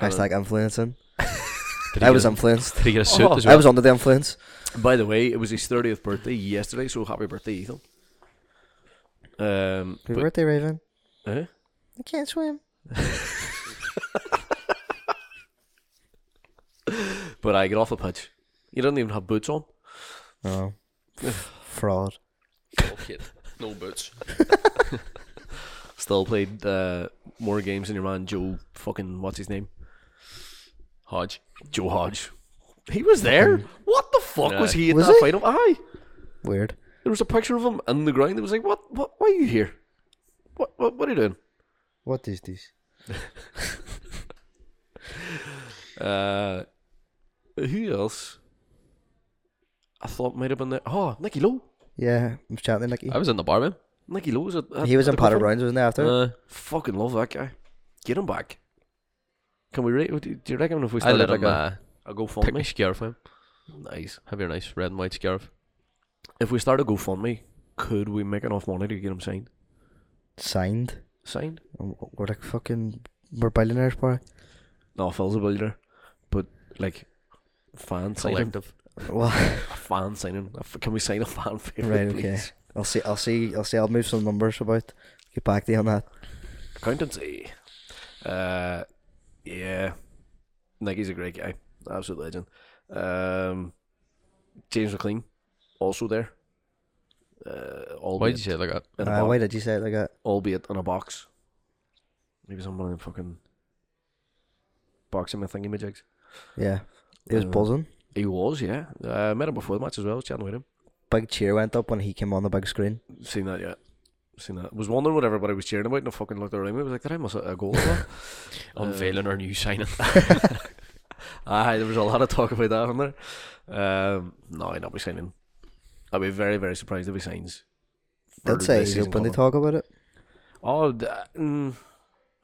S1: Hashtag influencing.
S2: Did he
S1: I
S2: get
S1: was
S2: a-
S1: influenced.
S2: Did he get a suit as
S1: I
S2: well?
S1: was under the influence.
S3: by the way, it was his thirtieth birthday yesterday, so happy birthday, Ethan. Um,
S1: Happy birthday, Raven.
S3: but- eh?
S1: I can't swim.
S3: but I get off the pitch. He didn't even have boots on.
S1: Oh. Fraud.
S2: Oh, kid. No boots.
S3: Still played uh, more games than your man Joe. Fucking what's his name?
S2: Hodge.
S3: Joe Hodge. He was there. What the fuck
S2: Yeah.
S3: was he at
S1: Was
S3: that
S1: he?
S3: final? Aye.
S1: Weird.
S3: There was a picture of him in the ground. It was like, what? What? Why are you here? What? What? What are you doing?
S1: What is this?
S3: Uh, who else? I thought might have been there. Oh, Nicky Lowe.
S1: Yeah, I'm chatting like he,
S2: I was in the bar, man.
S3: Nicky Lowe was at, at
S1: he was
S3: at
S1: in
S3: the
S1: Potter
S3: Griffin.
S1: Browns, wasn't he? After
S2: Uh,
S3: Fucking love that guy. Get him back. Can we rate? Do you reckon if we
S2: I
S3: started
S2: let
S3: like
S2: him
S3: a,
S2: uh,
S3: a GoFundMe?
S2: pick my scarf for him.
S3: Nice.
S2: Have your nice red and white scarf.
S3: If we start a GoFundMe, could we make enough money to get him signed?
S1: signed.
S3: Signed?
S1: Um, We're like fucking we're billionaires, boy.
S3: No, Phil's a builder, but like fan signing.
S2: Collective.
S1: Well,
S3: A fan signing. A f- Can we sign a fan favorite?
S1: right, okay.
S3: please?
S1: I'll see. I'll see. I'll see. I'll move some numbers about. Get back to you on that.
S3: Accountancy. Uh, yeah. Nicky's a great guy. Absolute legend. Um, James McLean, also there. Uh,
S2: Why
S3: albeit,
S2: did you say it like that?
S3: in a
S1: Uh,
S3: box,
S1: why did you say it like that?
S3: albeit in a box. He was on one of them fucking boxing with thingy
S1: Yeah, it was
S3: Uh,
S1: buzzing.
S3: He was, yeah. Uh, I met him before the match as well. I was chatting with him.
S1: Big cheer went up when he came on the big screen.
S3: Seen that yet? Seen that? Was wondering what everybody was cheering about, and I fucking looked around me. I was like, "Did I miss a- a goal?" or what?"
S1: Uh,
S2: Unveiling our new signing.
S3: Aye, there was a lot of talk about that on there. Um, no, he'll not be signing. I'd be very, very surprised if he signs. for
S1: Did say
S3: this
S1: he's
S3: season
S1: open to
S3: coming.
S1: talk about it.
S3: Oh, d- mm,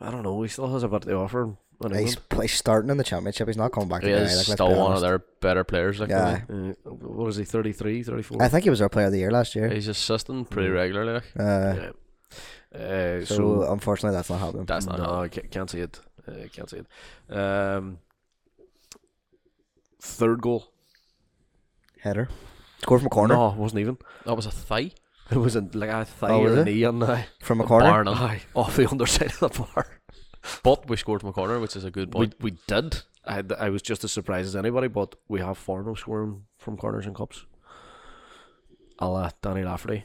S3: I don't know. He still has a bit to offer. in
S1: He's,
S3: England.
S1: pl- he's starting in the championship. He's not coming back.
S2: he
S1: to
S2: is
S1: guy, like, let's
S2: still
S1: be
S2: one of
S1: honest.
S2: their better players. Like,
S1: Yeah,
S3: Uh, what was he? Uh, 33, 34?
S1: I think he was our player of the year last year.
S2: uh, He's assisting pretty
S3: Mm.
S2: regularly. Like.
S1: Uh,
S3: yeah. Uh,
S1: so,
S3: so
S1: unfortunately, that's not happening.
S2: That's not.
S3: no,
S2: happening.
S3: I ca- can't see it. Uh, can't see it. Um, third goal.
S1: Header, score from a corner,
S3: No, it wasn't even.
S2: That was a thigh.
S3: It was a, like a thigh
S1: Oh,
S3: or
S1: was
S3: a
S1: it?
S3: knee on the
S1: from a
S2: Bar
S1: corner. Uh-huh.
S2: none.
S3: aye, off the underside of the bar.
S2: But we scored from a corner, which is a good
S3: We,
S2: point.
S3: we did. I, had- I was just as surprised as anybody, but we have four no scoring from corners and cups. A la Danny Lafferty.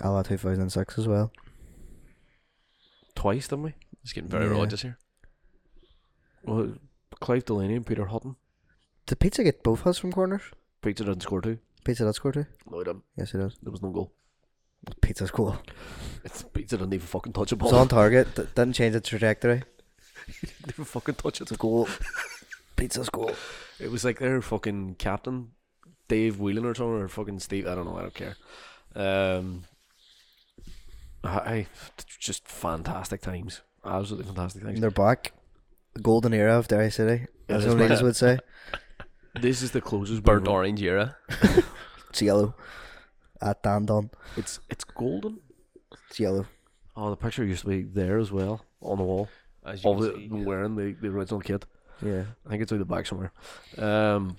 S1: A la 2006 as well.
S3: Twice, didn't we?
S2: It's getting very
S1: Yeah.
S2: religious here.
S3: Well, Clive Delaney and Peter Hutton.
S1: Did Pizza get both us from corners?
S3: Peter didn't score two.
S1: Pizza did score too.
S3: No, he didn't.
S1: Yes, he did.
S3: There was no goal.
S1: Pizza's cool.
S3: It's, Peter didn't even fucking touch a ball.
S1: It's on target. D- didn't change its trajectory.
S3: didn't even fucking touch it.
S1: It's a goal. Pizza's goal.
S3: It was like their fucking captain, Dave Whelan or something, or fucking Steve. I don't know. I don't care. Um, I just fantastic times. Absolutely fantastic times.
S1: They're back. Golden era of Derry City,
S3: Yeah,
S1: as
S3: that's
S1: the ladies would say.
S3: This is the closest we've
S2: Burnt
S3: ever-
S2: orange era.
S1: It's yellow. At Dandon.
S3: It's it's golden.
S1: It's yellow.
S3: Oh, the picture used to be there as well on the wall
S2: As you
S3: of
S2: can
S3: the,
S2: see.
S3: wearing the, the original kit.
S1: Yeah.
S3: I think it's in the back somewhere. Um,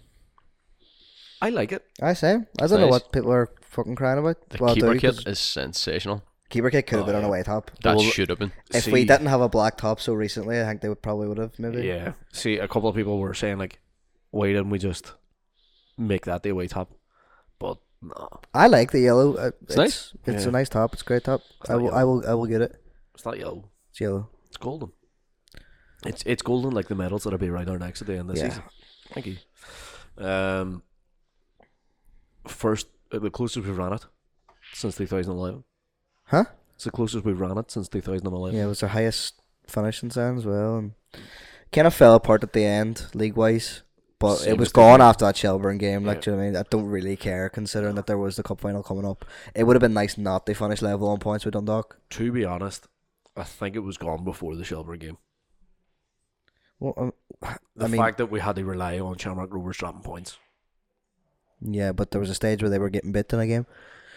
S3: I like it.
S1: I say. I don't know
S2: Nice.
S1: what people are fucking crying about.
S2: The
S1: well, I
S2: keeper
S1: do, 'cause
S2: kit is sensational.
S1: Keeper kit could have
S3: Oh,
S1: been on
S3: yeah.
S1: a white top.
S2: That
S3: Well,
S2: should have been.
S1: If
S3: See-
S1: we didn't have a black top so recently, I think they would probably would have maybe.
S3: Yeah. See, a couple of people were saying like, why didn't we just make that the away top? But no,
S1: I like the yellow. uh, It's,
S2: nice.
S1: It's
S3: Yeah.
S1: a nice top. It's a great top.
S3: It's
S1: I
S3: not
S1: will, I will. I will get it.
S3: it's not yellow.
S1: It's yellow.
S3: It's golden. It's it's golden like the medals that'll be around our necks at the end of the
S1: Yeah.
S3: season. Thank you. Um, first uh, the closest we've ran it since 2011.
S1: Huh?
S3: It's the closest we've ran it since 2011.
S1: Yeah, it was their highest finishing sound as well, and kind of fell apart at the end, league wise. But
S3: Same
S1: it was
S3: as the
S1: gone
S3: league.
S1: after that Shelburne game. Like,
S3: Yeah.
S1: do you know what I mean? I don't really care considering that there was the cup final coming up. It would have been nice not to finish level on points with Dundalk.
S3: To be honest, I think it was gone before the Shelburne game.
S1: Well, um,
S3: The
S1: I mean,
S3: fact that we had to rely on Shamrock Rovers dropping points.
S1: yeah, but there was a stage where they were getting bitten again.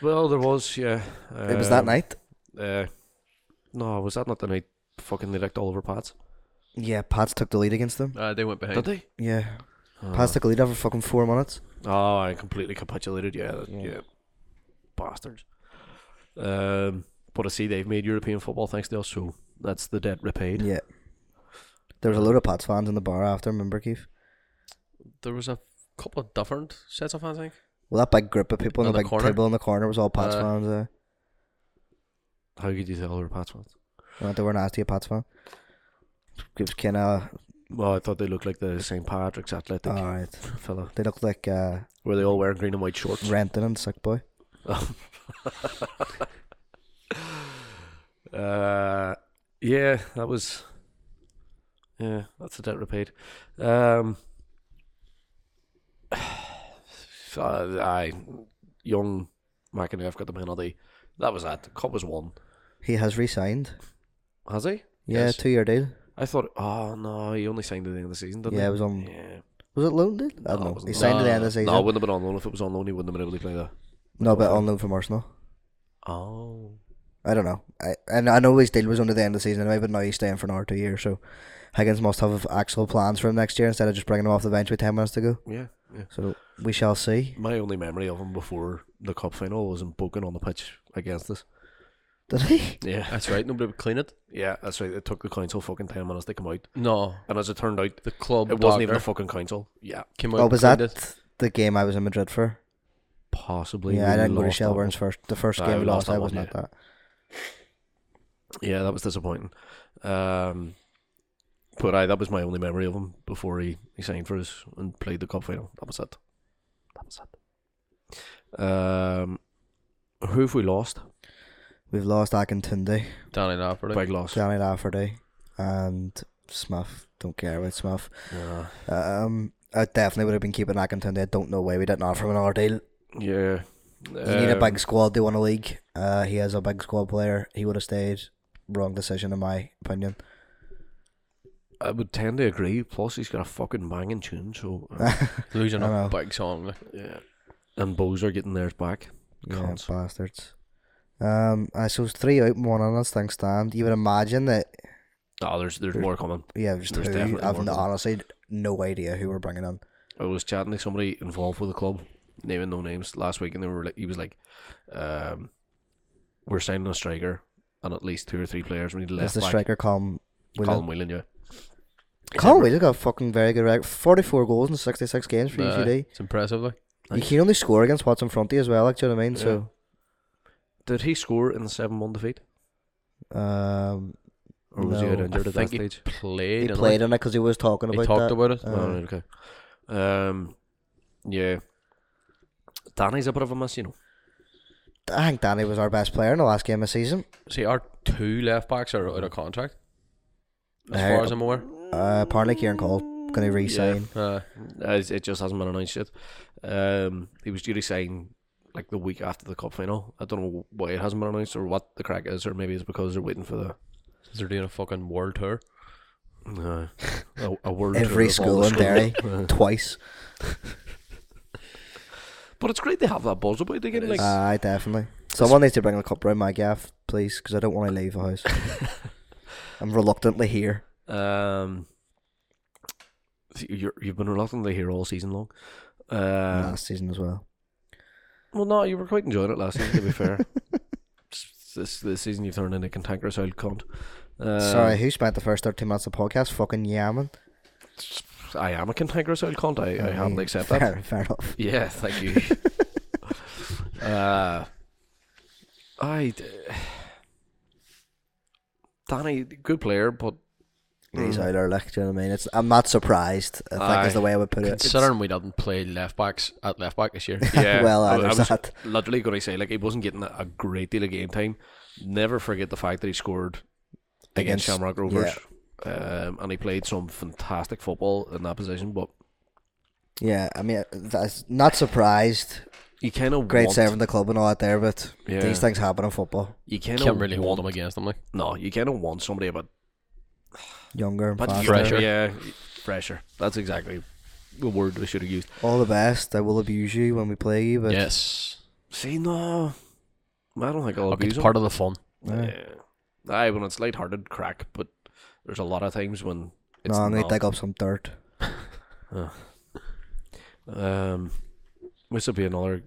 S3: Well, there was yeah. Uh,
S1: it was that night.
S3: Uh, no, was that not the night fucking they licked Oliver Pats?
S1: Yeah, Pats took the lead against them.
S2: Uh, they went behind.
S3: Did they?
S1: Yeah,
S2: Uh-huh.
S3: Oh.
S1: Pats took the lead over fucking four minutes.
S3: Oh, I completely capitulated. Yeah, that- yeah,
S1: Yeah.
S3: bastards. Um, but I see they've made European football thanks to us, so that's the debt repaid.
S1: Yeah, there was a load of Pats fans in the bar after. Remember, Keith?
S2: There was a couple of different sets of fans, I think.
S1: Well, that big group of people in
S2: In
S1: the,
S2: the
S1: big
S2: corner?
S1: table in the corner was all Pats
S2: Uh,
S1: fans. Uh,
S3: How could you tell they were Pats fans?
S1: Well, they were nasty at Pats fan. It was kind of
S3: Well, I thought they looked like the St. Patrick's Athletic
S1: all right.
S3: fella.
S1: They looked like uh,
S3: Were they all wearing green and white shorts?
S1: Renton and Sick Boy.
S3: Uh, yeah, that was. Yeah, that's the debt repaid. Um, so, I young McInniff got the penalty. That was that. Cup was won.
S1: He has re-signed.
S3: Has he?
S1: Yeah,
S3: Yes.
S1: two-year deal.
S3: I thought. Oh no, he only signed at the end of the season, didn't
S1: Yeah,
S3: he?
S1: it was on.
S3: Yeah.
S1: Was it loan deal? I
S3: No,
S1: don't
S3: it
S1: know.
S3: wasn't
S1: He
S3: loan.
S1: signed at the end of the
S3: No, it
S1: season.
S3: wouldn't have been on loan if it was on loan. He wouldn't have been able to play that.
S1: No, but on loan from Arsenal.
S3: Oh,
S1: I don't know. I and I know his deal was under the end of the season anyway, but now he's staying for another two years. So Higgins must have actual plans for him next year instead of just bringing him off the bench with ten minutes to go.
S3: yeah, yeah.
S1: So we shall see.
S3: My only memory of him before the cup final was in Boken on the pitch against us.
S1: Did he?
S3: Yeah,
S2: That's right. Nobody would clean it.
S3: yeah, that's right. It took the council fucking ten minutes to come out,
S2: No,
S3: and as it turned out,
S2: the club.
S3: it wasn't even
S2: doctor
S3: the fucking council. Yeah,
S2: came out
S1: Oh,
S2: and
S1: was
S2: cleaned
S1: that
S2: it.
S1: the game I was in Madrid for?
S3: possibly.
S1: Yeah,
S3: we
S1: I didn't go to
S3: lost that one.
S1: Shelburne's first. The first
S3: Aye,
S1: game
S3: we
S1: we
S3: lost
S1: lost,
S3: that
S1: I
S3: one,
S1: wasn't at that.
S3: Yeah, that was disappointing. Um, but I that was my only memory of him before he, he signed for us and played the cup final. That was it. That was it. Um, who have we lost?
S1: We've lost Akin Tunde,
S2: Danny Lafferty.
S3: Big loss.
S1: Danny Lafferty, and Smith. Don't care about Smith.
S3: Yeah.
S1: Um, I definitely would have been keeping Akin Tunde. I don't know why we didn't offer him another deal.
S3: yeah.
S1: You need a
S3: Um,
S1: big squad to win a league. Uh, he is a big squad player. He would have stayed. Wrong decision, in my opinion.
S3: I would tend to agree. Plus, he's got a fucking banging tune. So uh,
S1: yeah,
S2: Losing
S1: I
S2: a
S1: know.
S2: big song. Like.
S3: yeah. And Bows are getting theirs back. Cons.
S1: bastards. Um, I suppose three out, and one on us. Thanks, stand. You would imagine that.
S3: Oh, there's there's more coming.
S1: Yeah, just
S3: There's
S1: who,
S3: definitely
S1: I've
S3: more
S1: n-
S3: than-
S1: honestly no idea who we're bringing in.
S3: I was chatting to somebody involved with the club, naming no names, last week, and they were like, he was like, um, "We're signing a striker and at least two or three players. We need a
S1: Is
S3: left
S1: the
S3: back."
S1: striker Colm
S3: Colin
S1: Whelan?
S3: Whelan, yeah. He's
S1: Colm
S3: never-
S1: Whelan's got a fucking very good record. 44 goals in 66 games for E
S2: Nah,
S1: UCD.
S2: it's impressive. Like.
S1: You can only score against what's in front of you as well, like, do you know what I mean? So,
S3: Did he score in the seven-one defeat,
S1: um,
S3: or was he
S1: No.
S3: out injured
S2: I
S3: at that
S2: think he
S3: stage?
S2: Played.
S1: he
S2: and,
S1: played
S2: like,
S1: in it because he was talking
S2: He
S1: about
S2: talked
S1: that.
S2: about it.
S1: Uh,
S3: Oh, right, okay. Um, yeah. Danny's a bit of a miss, you know.
S1: I think Danny was our best player in the last game of the season.
S2: See, our two left backs are out of contract. As
S1: Uh,
S2: far as I'm aware.
S1: Uh, apparently, Kieran Cole going to re-sign.
S3: Uh,
S2: Uh,
S3: it's- it just hasn't been announced yet. Um, he was due to sign like the week after the cup final. I don't know why it hasn't been announced or what the crack is, or maybe it's because they're waiting for the
S2: they're doing a fucking world tour.
S3: uh, a, a world tour
S1: Every
S3: of all
S1: school
S3: the
S1: in Derry,
S3: schools.
S1: twice.
S3: but it's great to have that buzz about again.
S2: It
S3: Like,
S2: is.
S1: Aye, definitely. Someone needs to bring the cup round my gaff, please, because I don't want to leave the house. I'm reluctantly here.
S2: Uh,
S3: um, you're, you've been reluctantly here all season long. Uh,
S1: last season as well.
S3: Well, no, you were quite enjoying it last season. To be fair, S- this this season you've turned into a cantankerous old cunt. Um,
S2: Uh,
S1: Sorry, who spent the first 13 minutes of the podcast fucking yamming?
S3: I am a cantankerous old cunt. I, I haven't
S1: mean,
S3: accept that.
S1: fair, fair enough.
S3: Yeah, thank you. uh, I Danny, good player, but
S2: Mm.
S1: He's out our luck, do you know what I mean? It's, I'm not surprised, I think
S3: Aye.
S1: is the way I would put it.
S2: Considering we didn't play left backs at left back this year.
S3: yeah,
S1: well,
S3: I,
S1: I,
S3: I
S1: there's
S3: was
S1: that.
S3: literally going to say like he wasn't getting a, a great deal of game time. Never forget the fact that he scored against,
S1: Against-
S3: Shamrock Rovers, um, and he played some fantastic football in that position. But
S1: Yeah, I mean, that's not surprised.
S3: you kind of
S1: Great
S3: want,
S1: serving the club and all that there, but
S3: Yeah.
S1: these things happen in football.
S3: You kind
S2: Can't
S3: of
S2: really hold them against them. Like.
S3: no, you kind of want somebody about
S1: Younger and
S3: but
S1: faster.
S2: fresh.
S3: fresher. Yeah, fresher. That's exactly the word we should have used.
S1: All the best. I will abuse you when we play you, but
S2: yes.
S3: See, no, I don't think I'll
S2: Look,
S3: abuse
S2: it's
S3: him.
S2: part of the fun.
S3: yeah. Aye, when it's light-hearted, crack. But there's a lot of times when it's
S1: no, I'm going
S3: not.
S1: to dig up some dirt.
S3: um, this will be another.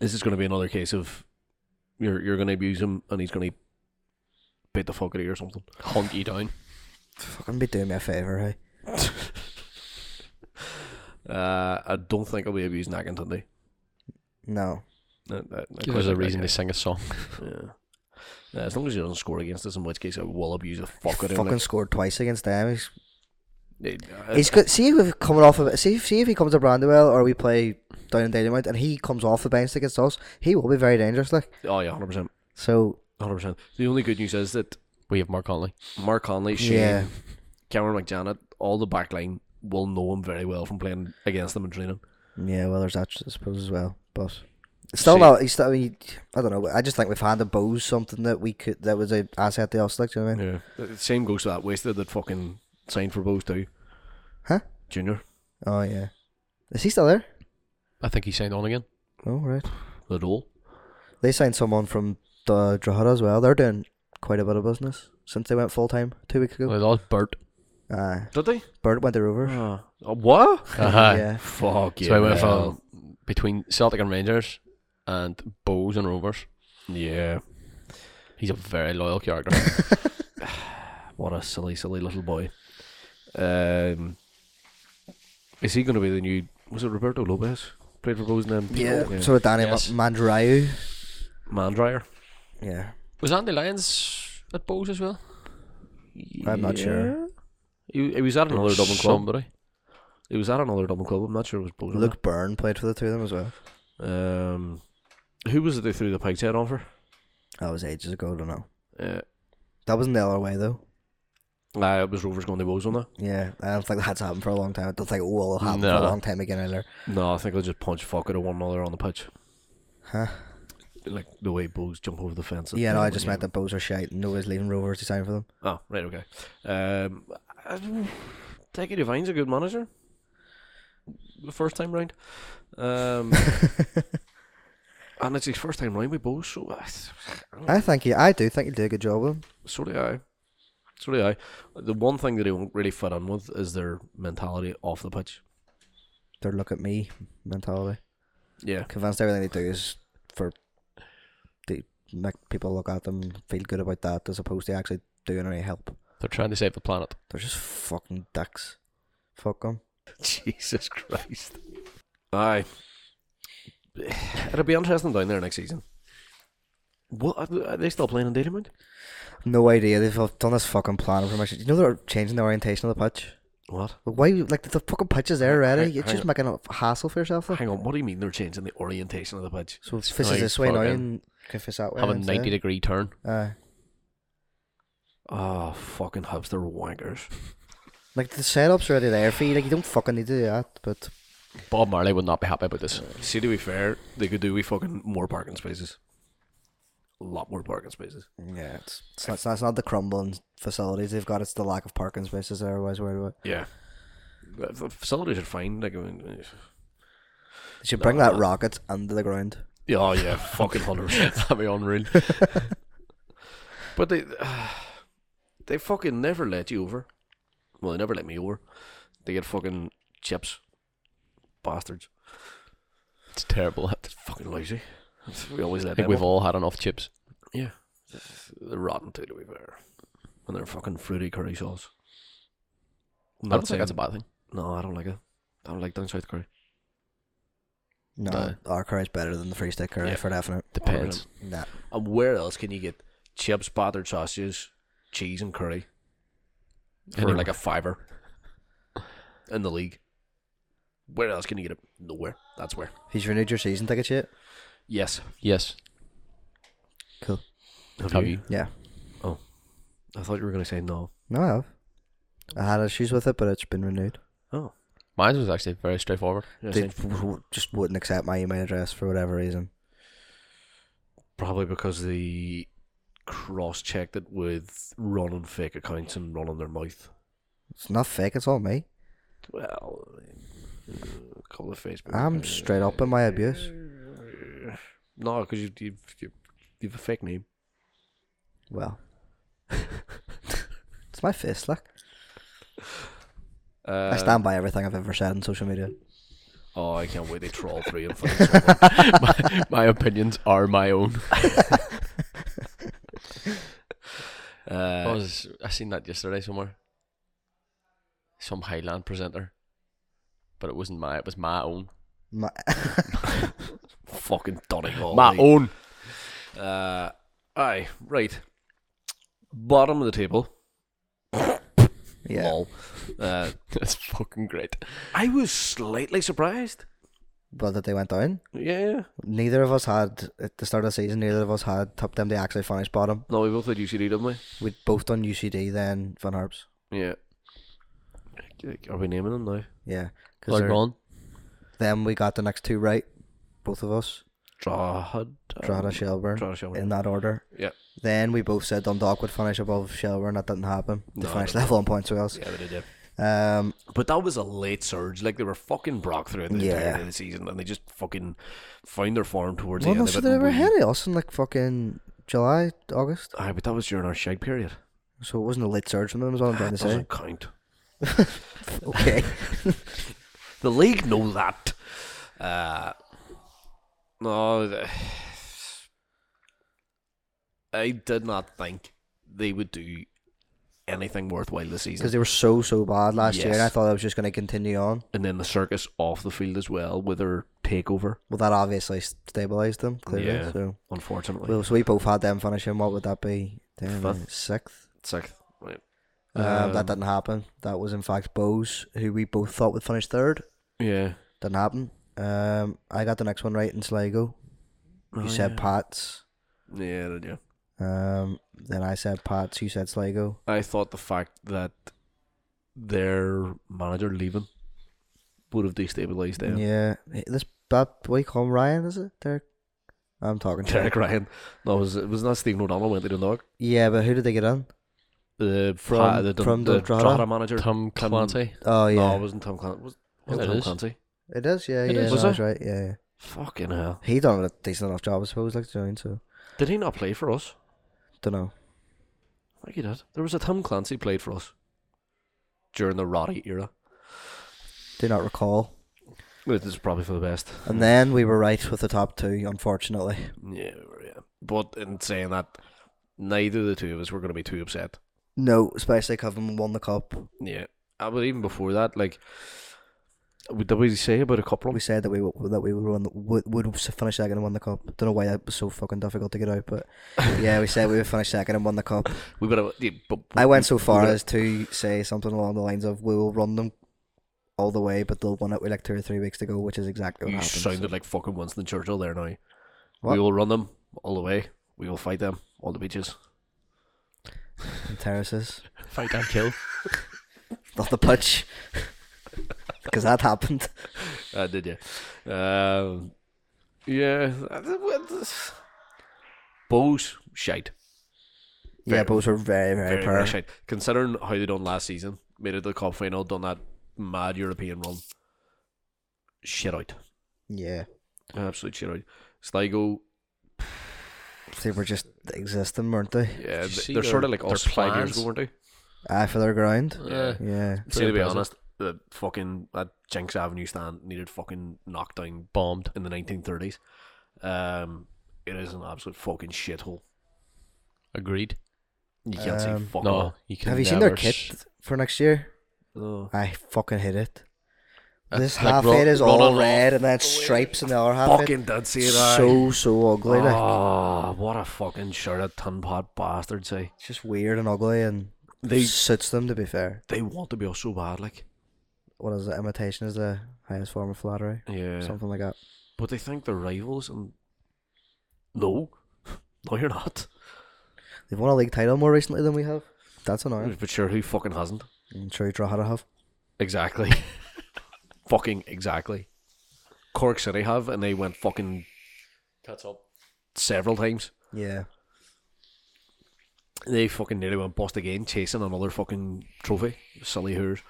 S3: This is going to be another case of you're you're going to abuse him and he's going to bait the fuck out of you or something.
S2: Hunt you down.
S1: Fucking be doing me a favour, hey?
S3: Uh, I don't think I'll be abusing Ackington Day.
S1: No.
S3: That- that- that
S2: There's a
S3: quite like
S2: reason
S3: that
S2: to sing a song.
S3: guy. Yeah. Uh, as long as you don't score against us, in which case I will abuse the fuck out of him.
S1: Fucking scored twice against them. He's
S3: Like, uh,
S1: He's good. See if we're coming off of see if, see if he comes to Brandywell or we play down in Dynamite and he comes off the bench against us, he will be very dangerous. Like
S3: oh yeah, hundred percent,
S1: so,
S3: hundred percent. The only good news is that
S2: We have Mark Conley.
S3: Mark Conley, Shane,
S1: yeah,
S3: Cameron McJanet, all the back line will know him very well from playing against them in training.
S1: yeah. Well, there's that I suppose as well, but still
S3: See-
S1: not. He's still. I, mean, I don't know. I just think we've handed Bose something that we could that was a asset to us. Like, do you know what I mean?
S3: Yeah. The Uh, same goes to that wasted that fucking signed for Bose too.
S1: Huh?
S3: Junior.
S1: Oh yeah. Is he still there?
S2: I think he signed on again.
S1: Oh right.
S3: The role.
S1: They signed someone from the Drogheda as well. They're doing quite a bit of business since they went full time two weeks ago.
S2: Well, that was Bert.
S1: Aye.
S3: Did they?
S1: Bert went to Rover.
S3: Uh, what?
S2: Aye.
S1: Yeah.
S3: Fuck
S2: So
S3: yeah.
S2: I went from between Celtic and Rangers and Bows and Rovers.
S3: Yeah.
S2: He's a very loyal character.
S3: What a silly, silly little boy. Um, is he going to be the new? Was it Roberto Lopez played for Bows and them?
S1: Yeah.
S3: yeah.
S1: So with Danny
S2: Yes.
S1: Ma- Mandrayu.
S3: Mandryer.
S1: Yeah.
S2: was Andy Lyons at Bows as well?
S1: I'm not sure.
S3: Yeah. He, he was at another Dublin club.
S2: Somebody.
S3: He was at another Dublin club. I'm not sure it was Bows. or
S1: Luke Byrne played for the two of them as well.
S3: not. Um, who was it they threw the pig's head on for?
S1: That was ages ago. I don't know.
S3: Uh,
S1: That wasn't the other way though.
S3: nah, it was Rovers going to Bows on that.
S1: Yeah, I don't think that's happened for a long time. I don't think it will happen for
S2: No.
S1: a long time again either.
S3: No, I think they'll just punch fuck out of one another on the pitch.
S1: Huh?
S3: Like the way Bows jump over the fence. at
S1: yeah, no,
S3: the
S1: I
S3: end
S1: just
S3: of the
S1: meant that Bows are shite and nobody's leaving Rovers to sign for them.
S3: Oh, right, okay. Um, I- Dicky Devine's a good manager. The first time round. Um, and it's his first time round with Bo, so uh, I,
S1: I think he, I do think he did a good job with them.
S3: so do I. So do I. The one thing that he won't really fit in with is their mentality off the pitch.
S1: Their look at me mentality.
S3: Yeah.
S1: Convinced everything they do is for to make people look at them and feel good about that as opposed to actually doing any help.
S2: They're trying to save the planet.
S1: They're just fucking dicks. Fuck them.
S3: Jesus Christ. Aye. It'll be interesting down there next season. What uh, are are they still playing in Datamount?
S1: No idea. They've done this fucking plan of permission. You know they're changing the orientation of the pitch.
S3: What?
S1: Like, Why? Like the fucking pitch is there already.
S3: hang-
S1: You're
S3: hang
S1: just making a hassle for yourself. Like.
S3: Hang on, what do you mean they're changing the orientation of the pitch?
S1: So
S2: It's
S1: fish is
S2: like
S1: this way now
S2: fucking
S1: and can fish that way.
S2: Have a
S1: instead.
S2: 90 degree turn.
S1: Aye.
S3: Oh, fucking hipster wankers.
S1: like the setup's already there for you. Like you don't fucking need to do that. But
S2: Bob Marley would not be happy about this.
S3: See, to be fair, they could do we fucking more parking spaces. A lot more parking spaces.
S1: yeah, it's it's not, it's not, it's not the crumbling facilities they've got. It's the lack of parking spaces they're always worried about.
S3: Yeah. The the facilities are fine. Like, I mean, eh.
S1: They should bring that rocket under the ground.
S3: yeah, oh yeah, fucking hundred percent.
S2: That'd be unreal.
S3: But they, they fucking never let you over. Well, they never let me over. They get fucking chips, bastards.
S2: it's terrible. I
S3: It's fucking lousy. We always let.
S2: think
S3: them
S2: we've
S3: up.
S2: all had enough chips.
S3: Yeah. They're rotten too, to be fair. And they're fucking fruity curry sauce. I'm
S2: I
S3: not
S2: don't think that's a
S3: saying-
S2: bad thing.
S3: No, I don't like it. I don't like down south curry.
S1: No,
S2: Aye.
S1: our curry's better than the free stick curry
S2: Yeah.
S1: for definite.
S2: Depends.
S1: Nah,
S3: And where else can you get chips, battered sausages, cheese, and curry for
S2: Anywhere.
S3: like a fiver in the league? Where else can you get it? Nowhere. That's where.
S1: he's renewed your season ticket yet?
S3: Yes.
S2: Yes.
S1: Cool.
S3: Have,
S2: Have
S3: you?
S2: you?
S1: Yeah.
S3: Oh. I thought you were going to say no.
S1: No, I have. I had issues with it, but it's been renewed.
S3: Oh.
S2: Mine was actually very straightforward.
S3: Yeah,
S1: They
S3: same.
S1: w- w- just wouldn't accept my email address for whatever reason.
S3: Probably because they cross checked it with running fake accounts and running their mouth.
S1: It's not fake. It's all me.
S3: Well, uh, call it Facebook.
S1: I'm straight up in my abuse.
S3: No, because you, you, you, you have a fake name.
S1: Well, it's my face, look.
S3: Uh,
S1: I stand by everything I've ever said on social media.
S3: Oh, I can't wait. They troll through and find someone.
S2: my, my opinions are my own. I
S1: Oh.
S3: Uh,
S2: was Oh, I seen that yesterday somewhere. Some Highland presenter. But it wasn't my it was my own.
S1: My,
S3: fucking Donegal.
S2: My
S3: mate.
S2: own.
S1: oh.
S3: Uh, aye, right. Bottom of the table.
S1: yeah,
S3: Lol. Uh,
S2: That's fucking great.
S3: I was slightly surprised.
S1: but that they went down.
S3: Yeah.
S1: Neither of us had at the start of the season. Neither of us had top them. They actually finished bottom.
S3: No, we both had UCD, didn't we?
S1: We'd both done UCD then Van Harps.
S3: Yeah. Are we naming them now?
S1: Yeah, because
S2: Plug on.
S1: then we got the next two right. Both of us,
S3: Drogheda.
S1: Drogheda, Shelburne,
S3: Drogheda Shelburne.
S1: in that order.
S3: Yeah.
S1: Then we both said Dundalk would finish above Shelburne. That didn't happen. They
S3: No,
S1: finished
S3: no, no.
S1: level on points with us.
S3: Yeah, they did. yeah.
S1: Um,
S3: But that was a late surge. Like they were fucking broke throughout the
S1: Yeah.
S3: entirety of the season, and they just fucking found their form towards
S1: well,
S3: the
S1: no,
S3: end
S1: so
S3: of it.
S1: they
S3: and
S1: were
S3: we-
S1: ahead of us in like fucking July, August.
S3: Aye, but that was during our shag period.
S1: So it wasn't a late surge from them. Is what I'm trying to
S3: That
S1: say.
S3: doesn't count.
S1: Okay.
S3: The league know that. Uh, No, th- I did not think they would do anything worthwhile this season.
S1: because they were so so bad last year, and I
S3: Yes.
S1: thought it was just going to continue on.
S3: And then the circus off the field as well with their takeover,
S1: Well, that obviously stabilized them clearly.
S3: Yeah.
S1: So,
S3: unfortunately.
S1: well, so we both had them finishing. What would that be? Damn,
S3: Fifth.
S1: sixth.
S3: Sixth. Right.
S1: Um, that didn't happen. That was in fact Bose, who we both thought would finish third.
S3: Um, Yeah.
S1: Didn't happen. Um, I got the next one right in Sligo. You
S3: Oh,
S1: said
S3: yeah.
S1: Pats.
S3: Yeah, I did, yeah.
S1: Um, then I said Pats. You said Sligo.
S3: I thought the fact that their manager leaving would have destabilised them.
S1: Yeah. eh, This that what do you call him, Ryan? Is it Derek? I'm talking to
S3: Derek Ryan. No, it was, it was not Stephen O'Donnell went to Dundalk.
S1: Yeah, but who did they get in?
S3: The
S1: From-
S3: pa- the, Dun-
S1: from
S3: the
S1: Drogheda?
S3: Drogheda manager.
S4: Tom
S3: Tom-
S4: Clancy.
S1: Oh yeah,
S3: No, it wasn't Tom Clancy. Was, was
S4: It
S3: Tom
S4: is.
S3: Clancy?
S1: it is. Yeah,
S4: It
S1: yeah,
S4: is.
S1: no,
S3: Was
S1: that's
S3: it?
S1: right. Yeah, yeah.
S3: Fucking hell.
S1: He done a decent enough job, I suppose. Like doing so,
S3: Did he not play for us?
S1: don't know.
S3: I think he did. There was a Tom Clancy played for us during the Roddy era.
S1: Do not recall.
S3: This is probably for the best.
S1: And then we were right with the top two, unfortunately.
S3: Yeah, we were, yeah. But in saying that, neither of the two of us were going to be too upset.
S1: No, especially having won the cup.
S3: Yeah. Uh, But even before that, like, what did we say about a couple of
S1: We said that we w- that we would win the, would, would finish second and win the cup. Don't know why that was so fucking difficult to get out, but yeah, we said we would finish second and win the cup.
S3: We better. Yeah, but
S1: I went so
S3: we
S1: far
S3: better-
S1: as to say something along the lines of we will run them all the way, but they'll win it with like two or three weeks to go, which is exactly what
S3: You
S1: happened.
S3: sounded like fucking Winston Churchill there now.
S1: What?
S3: We will run them all the way. We will fight them on the beaches.
S1: And terraces,
S4: Fight and kill.
S1: not the pitch, because that happened.
S3: Uh, did you? Um, yeah. Bows shite.
S1: Yeah,
S3: Very-
S1: both were very very,
S3: Very,
S1: very
S3: very shite. Considering how they done last season, made it to the cup final, done that mad European run. Shit out.
S1: Yeah,
S3: Absolute shit out. Sligo,
S1: they were just existing, weren't they?
S3: yeah,
S2: you
S3: th-
S2: see
S3: they're
S2: their-
S3: sort of like
S2: their
S3: us five years
S2: plans?
S3: ago, weren't they?
S1: Ah, for their ground.
S2: Yeah.
S1: Yeah.
S3: See,
S2: Pretty
S3: to be
S2: impressive.
S3: honest, the fucking that Jenks Avenue stand needed fucking knocked down
S4: Bombed.
S3: in the 1930s. Um, it is an absolute fucking shithole.
S4: Agreed.
S3: You can't see
S1: Um,
S3: fuck
S2: No,
S3: all.
S4: you can
S1: Have you seen their
S4: never
S1: kit
S4: sh-
S1: for next year?
S3: No.
S1: I fucking hate it.
S2: That's
S1: this
S2: like
S1: half
S2: run-
S1: it is
S2: running
S1: all
S2: off
S1: red and then stripes in the other half. it.
S3: Fucking did see that.
S1: So so ugly. Like.
S3: oh, what a fucking shirt a tin pot bastard say.
S1: It's just weird and ugly and
S3: They
S1: suits them to be fair.
S3: they want to be us so bad, like
S1: What is it? Imitation is the highest form of flattery.
S3: yeah.
S1: Something like that.
S3: But they think they're rivals, and no, no, you're not.
S1: They've won a league title more recently than we have. That's annoying.
S3: But sure, who fucking hasn't?
S1: I'm sure Drogheda have.
S3: Exactly. fucking exactly. Cork City have, and they went fucking
S2: Cuts up.
S3: several times.
S1: Yeah.
S3: They fucking nearly went bust again, chasing another fucking trophy. Silly hoers.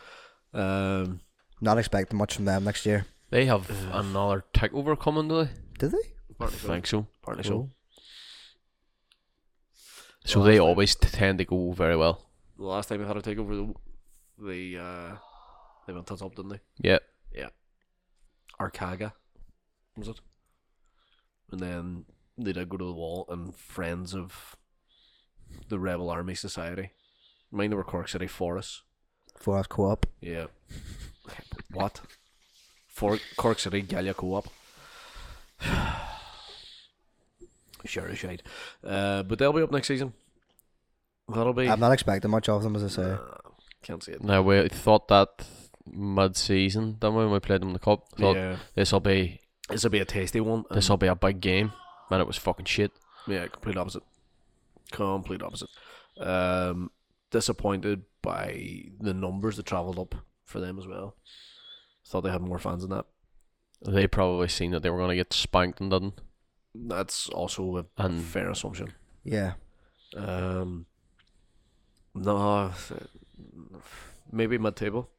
S3: Um,
S1: Not expecting much from them next year.
S2: They have another takeover coming, do they?
S1: Did they?
S3: I
S2: think so.
S3: partly
S1: Cool.
S2: So they always t- tend to go very well.
S3: so. The last time they had a takeover, the, the uh, they went tits up, didn't they?
S2: Yeah.
S3: Arcaga, was it? And then they did go to the wall, and friends of the Rebel Army Society. Mine they were Cork City Forest.
S1: For us co op.
S3: Yeah. what? For Cork City Galia Co-op. sure as shite. Uh, but they'll be up next season. That'll be.
S1: I'm not expecting much of them as I say.
S3: Nah, can't see it.
S2: Now we thought that mid-season, then when we played them in the cup, thought
S3: Yeah,
S2: this will be
S3: this will be a tasty one. and-
S2: this will be a big game, man. It was fucking shit.
S3: Yeah, complete opposite. Complete opposite. Um, disappointed by the numbers that travelled up for them as well. Thought they had more fans than that.
S2: They probably seen that they were gonna get spanked and didn't.
S3: That's also a
S2: And
S3: fair assumption.
S1: Yeah.
S3: Um, no, maybe mid table.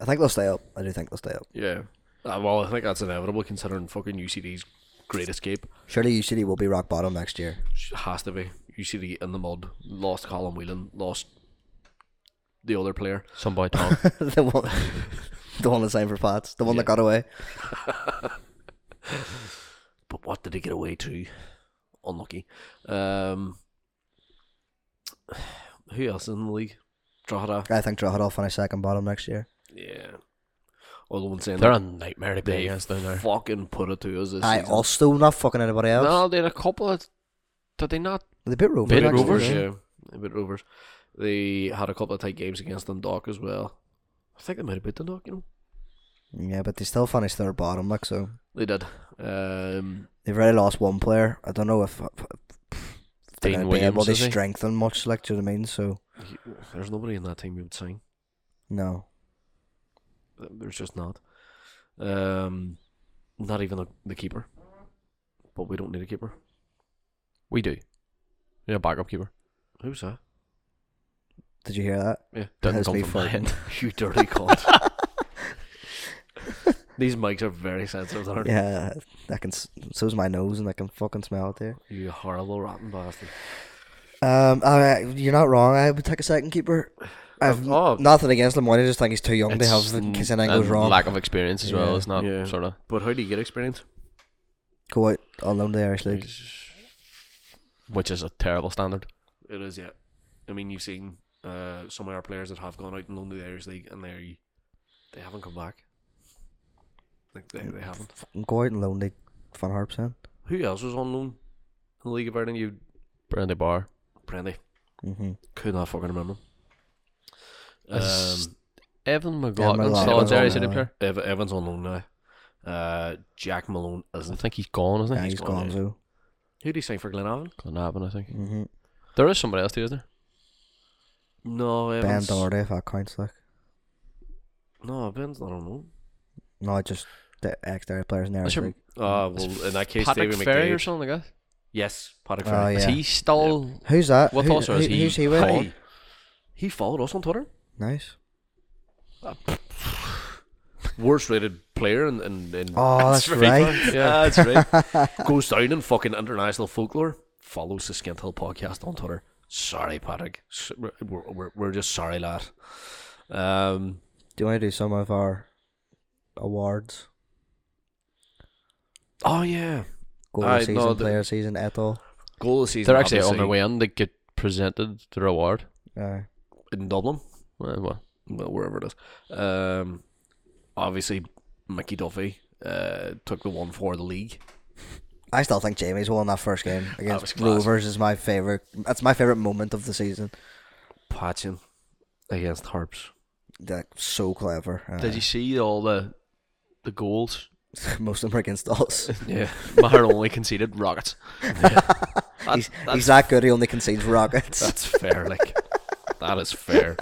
S1: I think they'll stay up. I do think they'll stay up.
S3: Yeah. Uh, well, I think that's inevitable considering fucking UCD's great escape
S1: Surely UCD will be rock bottom next year.
S3: has to be UCD in the mud. Lost Colin Whelan. Lost the other player.
S2: somebody talk.
S1: the one, the one that signed for Pats, the one that got away.
S3: But what did he get away to? Unlucky. Um, who else is in the league? Drogheda.
S1: I think Drogheda will finish second bottom next year.
S3: Yeah. Although in saying
S4: They're a
S3: that,
S4: nightmare to play
S3: they
S4: against down there.
S3: fucking put it to us this
S1: I
S3: season.
S1: also not fucking anybody else.
S4: No, they had a couple of. Did they not?
S1: They beat Rovers.
S4: Beat
S1: actually,
S4: Rovers,
S1: yeah.
S3: yeah. They beat Rovers. They had a couple of tight games against Dundalk as well. I think they might have beat Dundalk, you know.
S1: Yeah, but they still finished third bottom, like so.
S3: They did. Um,
S1: They've already lost one player. I don't know if, if they're
S4: Dean
S1: gonna be
S4: Williams.
S1: able to
S4: is he?
S1: strengthen much, like, do you know what I mean? So,
S3: he- there's nobody in that team you would sign.
S1: no.
S3: There's just not. Um, not even the, the keeper. But we don't need a keeper.
S4: We do. Yeah, backup keeper.
S3: Who's that?
S1: Did you hear that?
S4: Yeah, didn't
S1: has
S4: come
S1: me
S4: from my head.
S3: You dirty cunt. These mics are very sensitive, aren't
S1: Yeah, I can. s- So's my nose, and I can fucking smell it there.
S3: they? You horrible rotten bastard.
S1: Um, I, you're not wrong. I would take a second keeper. I've
S3: oh.
S1: nothing against Lemoyne. I just think he's too young to
S2: It's
S1: have in
S2: n-
S1: case anything
S2: and
S1: goes wrong.
S2: Lack of experience as well,
S1: Yeah,
S2: isn't that
S3: yeah.
S2: sort of
S3: But how do you get experience?
S1: Go out on loan to the Irish League.
S2: which is a terrible standard.
S3: It is, yeah. I mean, you've seen uh, some of our players that have gone out and loaned to the Irish League, and they they haven't come back. Like they, they haven't.
S1: Fucking Go out and loan to Van Harps in.
S3: Who else was on loan in the League of Ireland? You,
S2: Brandy Bar.
S3: Brandy,
S1: Mm-hmm.
S3: could not fucking remember. Um,
S2: Is- Evan
S1: McLaughlin,
S2: McLaughlin,
S1: Evan's
S2: solid
S1: on
S2: Derry City
S1: now.
S2: player.
S3: Ev- Evans on loan now. Uh, Jack Malone
S2: I
S3: isn't.
S2: think he's gone, isn't
S1: Yeah,
S2: he?
S1: he's gone.
S3: yeah.
S1: So.
S3: Who did he sign for Glenavon?
S2: Glenavon, I think.
S1: Mm-hmm.
S2: There is somebody else too, is there?
S3: No,
S1: Ben
S3: Evans.
S1: Doherty, if that counts, like.
S3: No, Ben's not on loan.
S1: No, just the ex Derry players in the Irish
S2: That's your-
S1: League.
S3: Ah, well, in that case,
S2: Mm, Patrick
S3: David
S2: Ferry or
S3: McDade.
S2: something like that.
S3: Yes, Patrick
S1: Oh,
S3: Ferry.
S1: yeah.
S2: Is he still?
S1: Who's that?
S2: What
S1: Who-
S2: thoughts are- is
S1: who-
S2: he
S1: Who's he with?
S2: Paul?
S3: Hey, he followed us on Twitter.
S1: Nice.
S3: Worst rated player in in, in
S1: Oh, that's
S3: FIFA.
S1: right.
S3: Yeah, that's right. Goes down in fucking international folklore. Follows the Skint Hill podcast on Twitter. Sorry, Patrick. S- We're, we're, we're just sorry, lad. Um,
S1: Do you want to do some of our awards?
S3: oh yeah,
S1: Goal
S3: Aye,
S1: of season,
S3: no, the-
S1: player of season, et al.
S3: goal of the season.
S2: They're actually on
S3: obviously,
S2: their way in. They get presented the reward.
S1: Uh,
S3: in Dublin,
S2: Well, well,
S3: well, wherever it is. Um, obviously, Mickey Duffy uh, took the one for the league.
S1: I still think Jamie's won that first game
S3: was
S1: against
S3: class.
S1: Rovers is my favorite. That's my favorite moment of the season.
S3: Patching against Harps.
S1: Like so clever. Uh,
S2: Did you see all the the goals?
S1: most of them are against us.
S3: Yeah.
S2: Maher only conceded rockets.
S1: he's, he's that good. He only concedes rockets.
S3: That's fair. Like that is fair.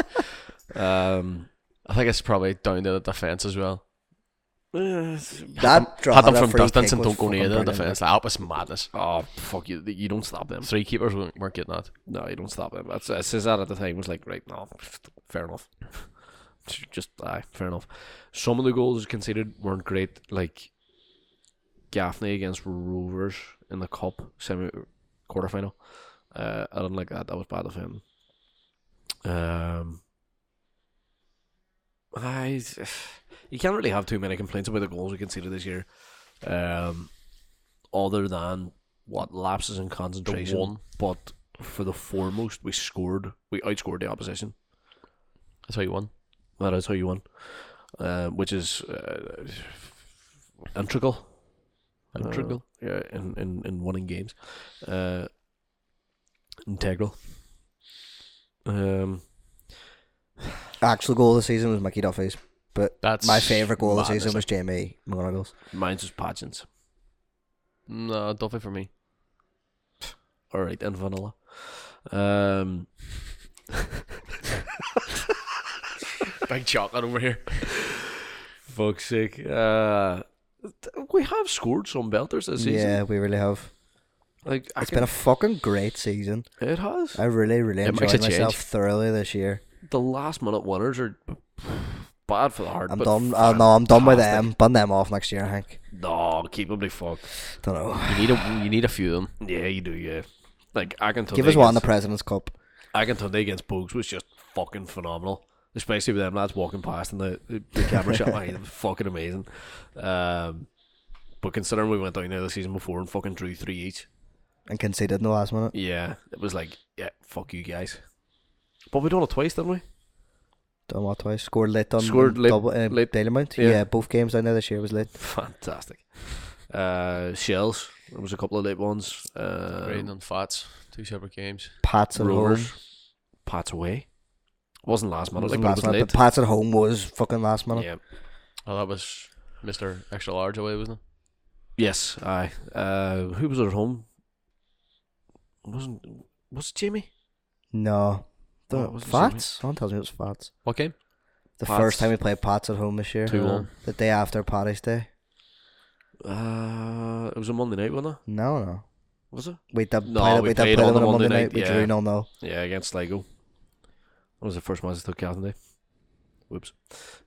S3: Um,
S2: I think it's probably down to the defense as well.
S3: Oh,
S1: that
S2: Had them
S1: Drogheda
S2: from
S1: free
S2: distance
S1: kick
S2: and
S1: was
S2: don't go near
S1: fucking
S2: the
S1: brilliant.
S2: defense. Like, that was madness.
S3: oh fuck you! You don't stop them.
S2: Three keepers weren't weren't getting that.
S3: No, you don't stop them. That's, I says that at the time. I was like, right, no, fair enough. Just aye, fair enough. Some of the goals conceded weren't great. Like Gaffney against Rovers in the cup semi quarter final. Uh, I didn't like that. That was bad of him. Um, I you can't really have too many complaints about the goals we conceded this year. Um, other than what lapses in concentration,
S2: one.
S3: but for the foremost, we scored. We outscored the opposition.
S2: That's how you won.
S3: That is how you won, uh, which is uh, integral.
S2: And
S3: uh,
S2: Trigal.
S3: yeah, in, in, in winning games. Uh, integral. Um,
S1: Actual goal of the season was Mickey Duffy's, but
S2: That's
S1: my favorite goal of the
S2: madness.
S1: season was Jamie McGonagall's.
S3: mine's just pageants.
S2: No, Duffy for me.
S3: All right, and vanilla. Um,
S2: Big chocolate over here.
S3: fuck's sake. Uh, th- we have scored some belters this season.
S1: Yeah, we really have.
S3: like I
S1: It's
S3: can-
S1: been a fucking great season.
S3: it has.
S1: I really, really
S2: It makes
S1: enjoyed
S2: a change.
S1: myself thoroughly this year.
S3: the last minute winners are bad for the heart.
S1: I'm
S3: but
S1: done. Uh, no, I'm done with
S3: fantastic.
S1: them. Bun them off next year, I think.
S3: No, keep them the fuck.
S1: Don't know.
S2: You need a you need a few of them.
S3: Yeah, you do. Yeah, like I can.
S1: Give us one in the President's Cup.
S3: Aginton against Bogues was just fucking phenomenal. Especially with them lads walking past and the, the, the camera shot behind them. Fucking amazing. Um, But considering we went down there the season before and fucking drew three each,
S1: and conceded in the last minute.
S3: yeah, it was like, yeah, fuck you guys. But we done it twice, didn't we?
S1: Done what twice? Scored late on
S3: Scored late-
S1: double, uh,
S3: late-
S1: Daily Mount.
S3: yeah.
S1: Yeah. both games down there this year was late.
S3: Fantastic. Uh, shells. There was a couple of late ones.
S2: Rain
S3: Uh,
S2: on Fats, two separate games.
S1: Pats at
S3: Rovers.
S1: home.
S3: Pats away. Wasn't last minute.
S1: Was
S3: Like,
S1: it
S3: but
S1: last
S3: it was
S1: minute?
S3: late.
S1: But Pats at home was fucking last minute.
S3: Yeah.
S2: Oh, that was Mr. Extra Large away, wasn't it?
S3: Yes. Aye. Uh, who was at home? Wasn't was it Jamie?
S1: No. The
S3: Oh, it wasn't so
S1: Fats? Someone tells me it was Fats.
S2: What game?
S1: The
S3: Pats.
S1: first time we played Pats at home this year.
S3: Two
S2: Uh,
S3: one.
S1: The day after Paddy's Day.
S3: Uh, it was a Monday night, wasn't it?
S1: No, no.
S3: Was it?
S1: We did
S3: No,
S1: play,
S3: we
S1: we did
S3: played
S1: play
S3: on
S1: them
S3: the
S1: on a
S3: Monday
S1: Monday
S3: night,
S1: night. We
S3: yeah.
S1: drew 0 0.
S3: Yeah, against Sligo. That was the first match I took Captain Day. Whoops.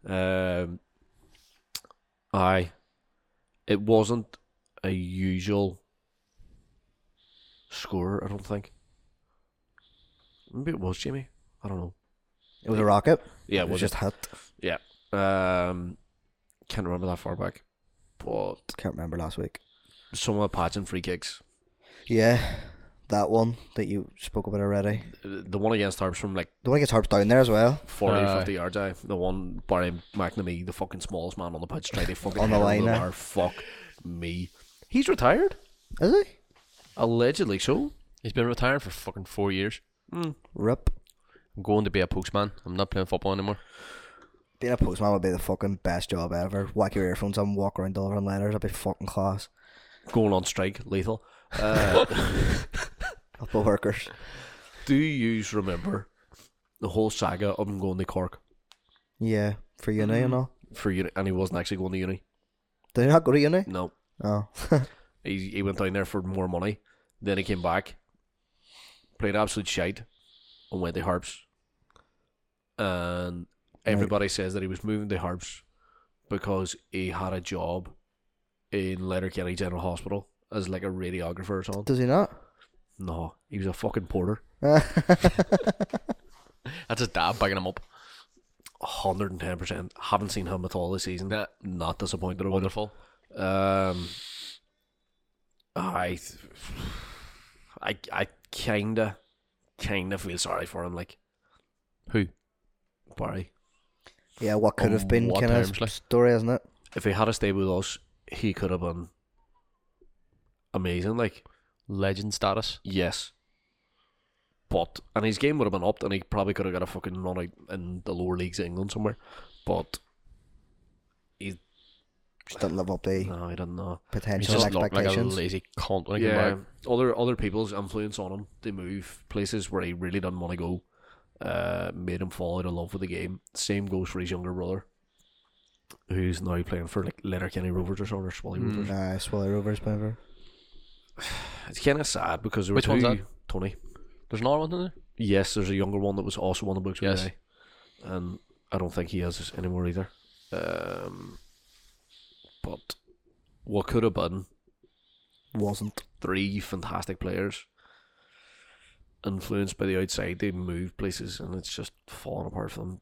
S3: Um, aye. It wasn't a usual scorer, I don't think. Maybe it was Jamie. I don't know.
S1: It was a rocket.
S3: Yeah,
S1: It was just hit.
S3: Um, can't remember that far back. But
S1: Can't remember last week.
S3: some of the patching free kicks.
S1: Yeah. That one that you spoke about already.
S3: The the one against Harps from like
S1: The one gets harped down there as well.
S3: 40,
S2: Aye.
S3: 50 yards out. The one Barry McNamee, the fucking smallest man on the pitch, tried to fucking
S1: On the
S3: head it
S1: line,
S3: over
S1: eh?
S3: bar. Fuck me. He's retired?
S1: Is he?
S3: Allegedly so. hmm,
S2: He's been retiring for fucking four years.
S1: Rip.
S2: I'm going to be a postman. I'm not playing football anymore.
S1: Being a postman would be the fucking best job ever. Whack your earphones on, walk around delivering letters. That'd be fucking class.
S3: Going on strike, lethal. Uh,
S1: Couple workers.
S3: do you remember the whole saga of him going to Cork
S1: Yeah, for uni
S2: Mm-hmm.
S1: and all.
S3: for uni? And he wasn't actually going to uni.
S1: Did he not go to uni?
S3: No.
S1: Oh.
S3: He, he went down there for more money. Then he came back, played absolute shite, and went to Harps. And everybody says that he was moving to Harps because he had a job in Letterkenny General Hospital as like a radiographer or something.
S1: Does he not?
S3: No, he was a fucking porter.
S2: That's his dad bagging him up.
S3: 110%. Haven't seen him at all this season.
S2: Nah.
S3: Not disappointed about it.
S2: Wonderful.
S3: Um, I, I, I kinda, kinda feel sorry for him. Like
S2: Who?
S3: Barry,
S1: Yeah, what could
S2: On
S1: have been
S2: Oh, what
S1: kind of
S2: terms, like?
S1: story, isn't it?
S3: if he had stayed with us, he could have been amazing. Like
S2: Legend status.
S3: yes, but and his game would have been upped, and he probably could have got a fucking run out in the lower leagues of England somewhere. But
S1: Just didn't live up to
S3: no, I don't know.
S2: He
S1: potential
S2: just looked like a
S1: expectations.
S2: lazy cunt when he came
S3: yeah,
S2: back.
S3: other other people's influence on him. They move places where he really doesn't want to go. Uh, made him fall out of love with the game. Same goes for his younger brother, who's now playing for like Letterkenny Rovers or something or Swally
S2: Mm.
S3: Rovers.
S1: Nah, Swally Rovers, whatever.
S3: It's kind of sad because there were
S2: Which
S3: two.
S2: one's that?
S3: Tony.
S2: There's another one in there.
S3: Yes, there's a younger one that was also on the books.
S2: Yes.
S3: Yes. and I don't think he has anymore either. Um, but what could have been
S1: Wasn't.
S3: three fantastic players influenced by the outside they move places and it's just falling apart for them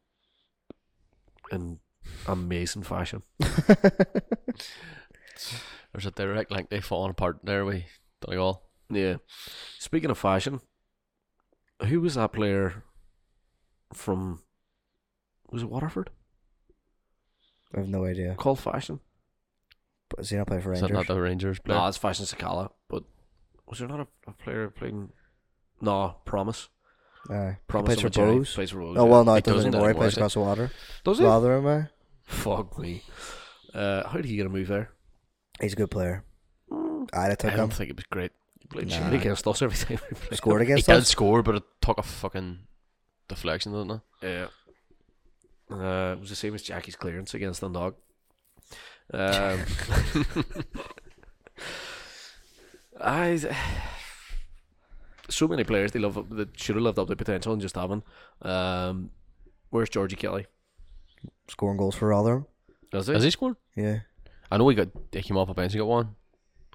S3: in amazing fashion
S2: There's a direct link. They falling apart there. We Donegal.
S3: yeah speaking of fashion who was that player from was it Waterford
S1: I have no idea.
S3: called fashion
S1: But does he not play for
S2: Is that
S1: Rangers?
S2: not the Rangers player?
S3: no it's fashion Sakala but was there not a, a player playing no promise
S1: Aye.
S3: promise
S1: plays for
S3: Number Jerry.
S1: Bose.
S3: plays for Bose
S1: Oh, well, no,
S2: He
S1: it doesn't
S2: doesn't
S1: anymore. He
S2: anymore,
S1: plays
S2: does he?
S1: across the water.
S3: does he
S1: Rather, am I?
S3: fuck me uh, how did he get a move there
S1: He's a good player.
S3: Hmm.
S1: I'd have
S2: I
S1: took him.
S2: don't think it was great.
S3: Played
S1: Nah.
S3: shit against us every time we played.
S1: Scored
S2: He
S1: against
S2: did
S1: us.
S2: score, but it took a fucking deflection, didn't it?
S3: Yeah. Uh, it was the same as Jackie's clearance against the dog. Um, I so many players they love up- that should have lived up to potential and just haven't. Um, where's Georgie Kelly?
S1: Scoring goals for Rotherham.
S3: Does
S2: Has he scored?
S1: Yeah.
S2: I know he got. He came off a bench. He got one.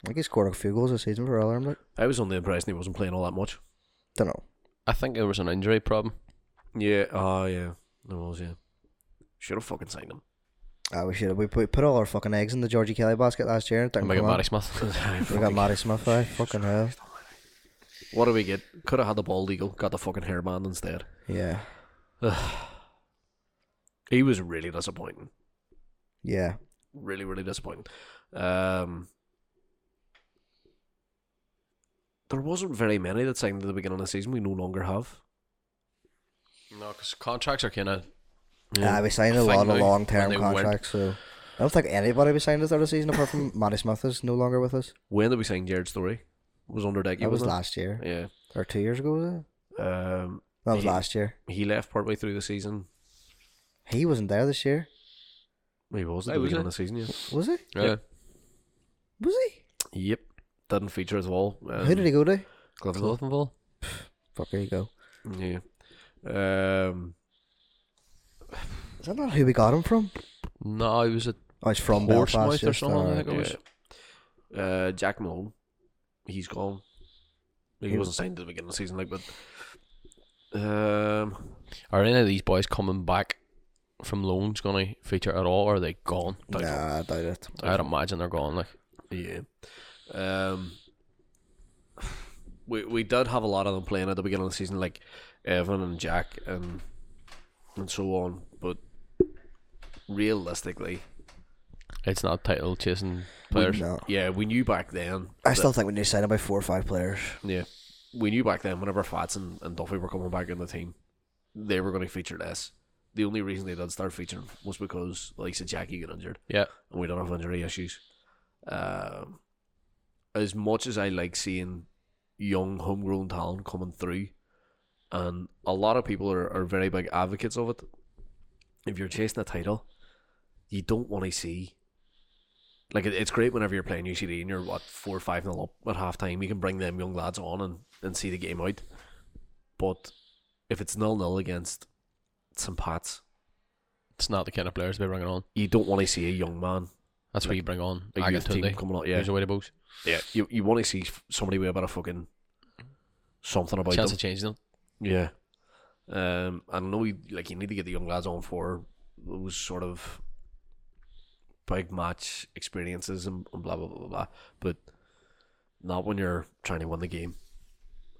S1: I think he scored a few goals this season for Rotherham. Like,
S3: I was under the impression he wasn't playing all that much.
S1: don't know.
S2: I think there was an injury problem.
S3: Yeah. Oh yeah. There was yeah. Should have fucking signed him.
S1: Ah, we should. We put, we put all our fucking eggs in the Georgie Kelly basket last year. and it
S4: And
S1: Didn't
S4: we
S1: come
S4: got
S1: out.
S4: Matty Smith.
S1: We got Matty Smith. Aye, fucking hell.
S3: What do we get? Could have had the ball legal. Got the fucking hairband instead.
S1: Yeah,
S3: He was really disappointing.
S1: yeah.
S3: Really, really disappointing. Um, there wasn't very many that signed at the beginning of the season. We no longer have.
S2: No, because contracts are kind of.
S3: Um,
S1: Ah, we signed a
S2: I
S1: lot
S2: think
S1: of
S2: they-
S1: long term
S2: when they went-
S1: contracts, so I don't think anybody we signed at the third season apart from Matty Smith is no longer with us.
S3: When did we sign Jared Story? It was under Dicky.
S1: That was
S3: wasn't
S1: last year
S3: it?
S1: or two years ago. Was it?
S3: Yeah. Um,
S1: That was
S3: Yeah.
S1: last year.
S3: he left partway through the season.
S1: He wasn't there this year,
S3: He was at
S2: Aye,
S3: the
S2: wasn't
S3: beginning of
S2: he?
S3: the season. Yeah.
S1: was he?
S2: Yeah.
S1: Was he?
S3: Yep. Didn't feature at all. Um,
S1: Who did he go to?
S3: Clifton.
S4: Clothenville.
S1: Fuck, there you go.
S3: Yeah. Um,
S1: Is that not who we got him from?
S2: No, he was a
S1: Oh, it's from
S2: Portsmouth
S1: Belfast. uh,
S2: or
S1: yes,
S2: something. I
S1: alright.
S2: think it was.
S3: yeah. Uh, Jack Malone, he's gone. He
S1: He-
S3: wasn't signed at the beginning of the season, like, but um,
S4: Are any of these boys coming back from loans going to feature at all, or are they gone?
S1: Nah, I doubt it.
S4: I'd imagine they're gone. Like,
S3: yeah, um, we we did have a lot of them playing at the beginning of the season, like Evan and Jack and and so on. But realistically,
S4: it's not title chasing players.
S1: No.
S3: yeah, we knew back then.
S1: I still think we need to sign about four or five players.
S3: Yeah. We knew back then whenever Fats and, and Duffy were coming back in the team, they were going to feature less. The only reason they did start featuring was because, like I said, Jackie got injured
S4: Yeah,
S3: and we don't have injury issues. Um, as much as I like seeing young homegrown talent coming through, and a lot of people are, are very big advocates of it. If you're chasing a title, you don't want to see. Like it, it's great whenever you're playing UCD and you're what four or five nil up at half time. You can bring them young lads on and, and see the game out. But if it's nil nil against St Pat's,
S4: it's not the kind of players to be bringing on.
S3: you don't want to see a young man,
S4: That's what you bring on.
S3: a youth team
S4: Agatunde,
S3: coming on. Yeah,
S4: who's away to Boos.
S3: Yeah, you, you want to see f- somebody with a bit of fucking something about
S4: Chance of
S3: them.
S4: changing them.
S3: Yeah. Um, I know you, like you need to get the young lads on for those sort of big match experiences and, and blah blah blah blah, blah, but not when you're trying to win the game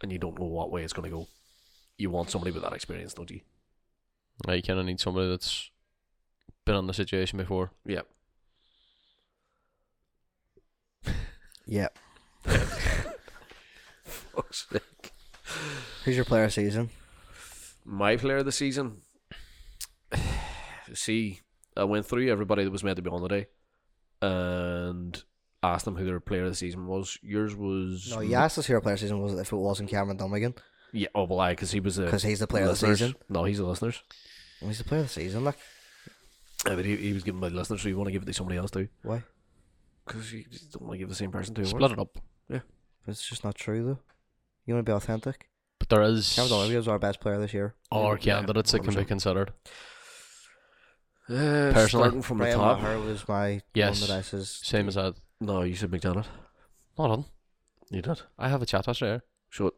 S3: and you don't know what way it's going to go. You want somebody with that experience, don't you?
S4: Like, you kind of need somebody that's been in the situation before.
S3: Yeah.
S1: Yeah.
S3: Fuck's sake.
S1: Who's your player of season?
S3: My player of the season. See, I went through everybody that was meant to be on the day, and asked them who their player of the season was. Yours was
S1: No, you asked us who our player of season was if it wasn't Cameron Dummigan
S3: Yeah, oh well, I because he was the
S1: because he's the player of the
S3: listeners.
S1: season.
S3: No, he's the listeners.
S1: Well, he's the player of the season. Like,
S3: Yeah, but he, he was given by the listeners, so you want to give it to somebody else too,
S1: why?
S3: because you just don't want to give the same person two
S4: Split
S3: awards.
S4: it up.
S1: It's just not true though. You want to be authentic.
S4: But there is
S1: Cameron Dummigan was our best player this year.
S4: our
S3: Yeah,
S4: candidates that can be
S3: 100%.
S4: considered.
S3: Uh,
S4: Personally,
S3: starting from the
S1: Brian
S3: top.
S1: Maher was my
S4: Yes.
S1: one that I says.
S4: Same as that.
S3: No, you said McDonald.
S4: Hold on.
S3: You did.
S4: I have a chat with her.
S3: Short.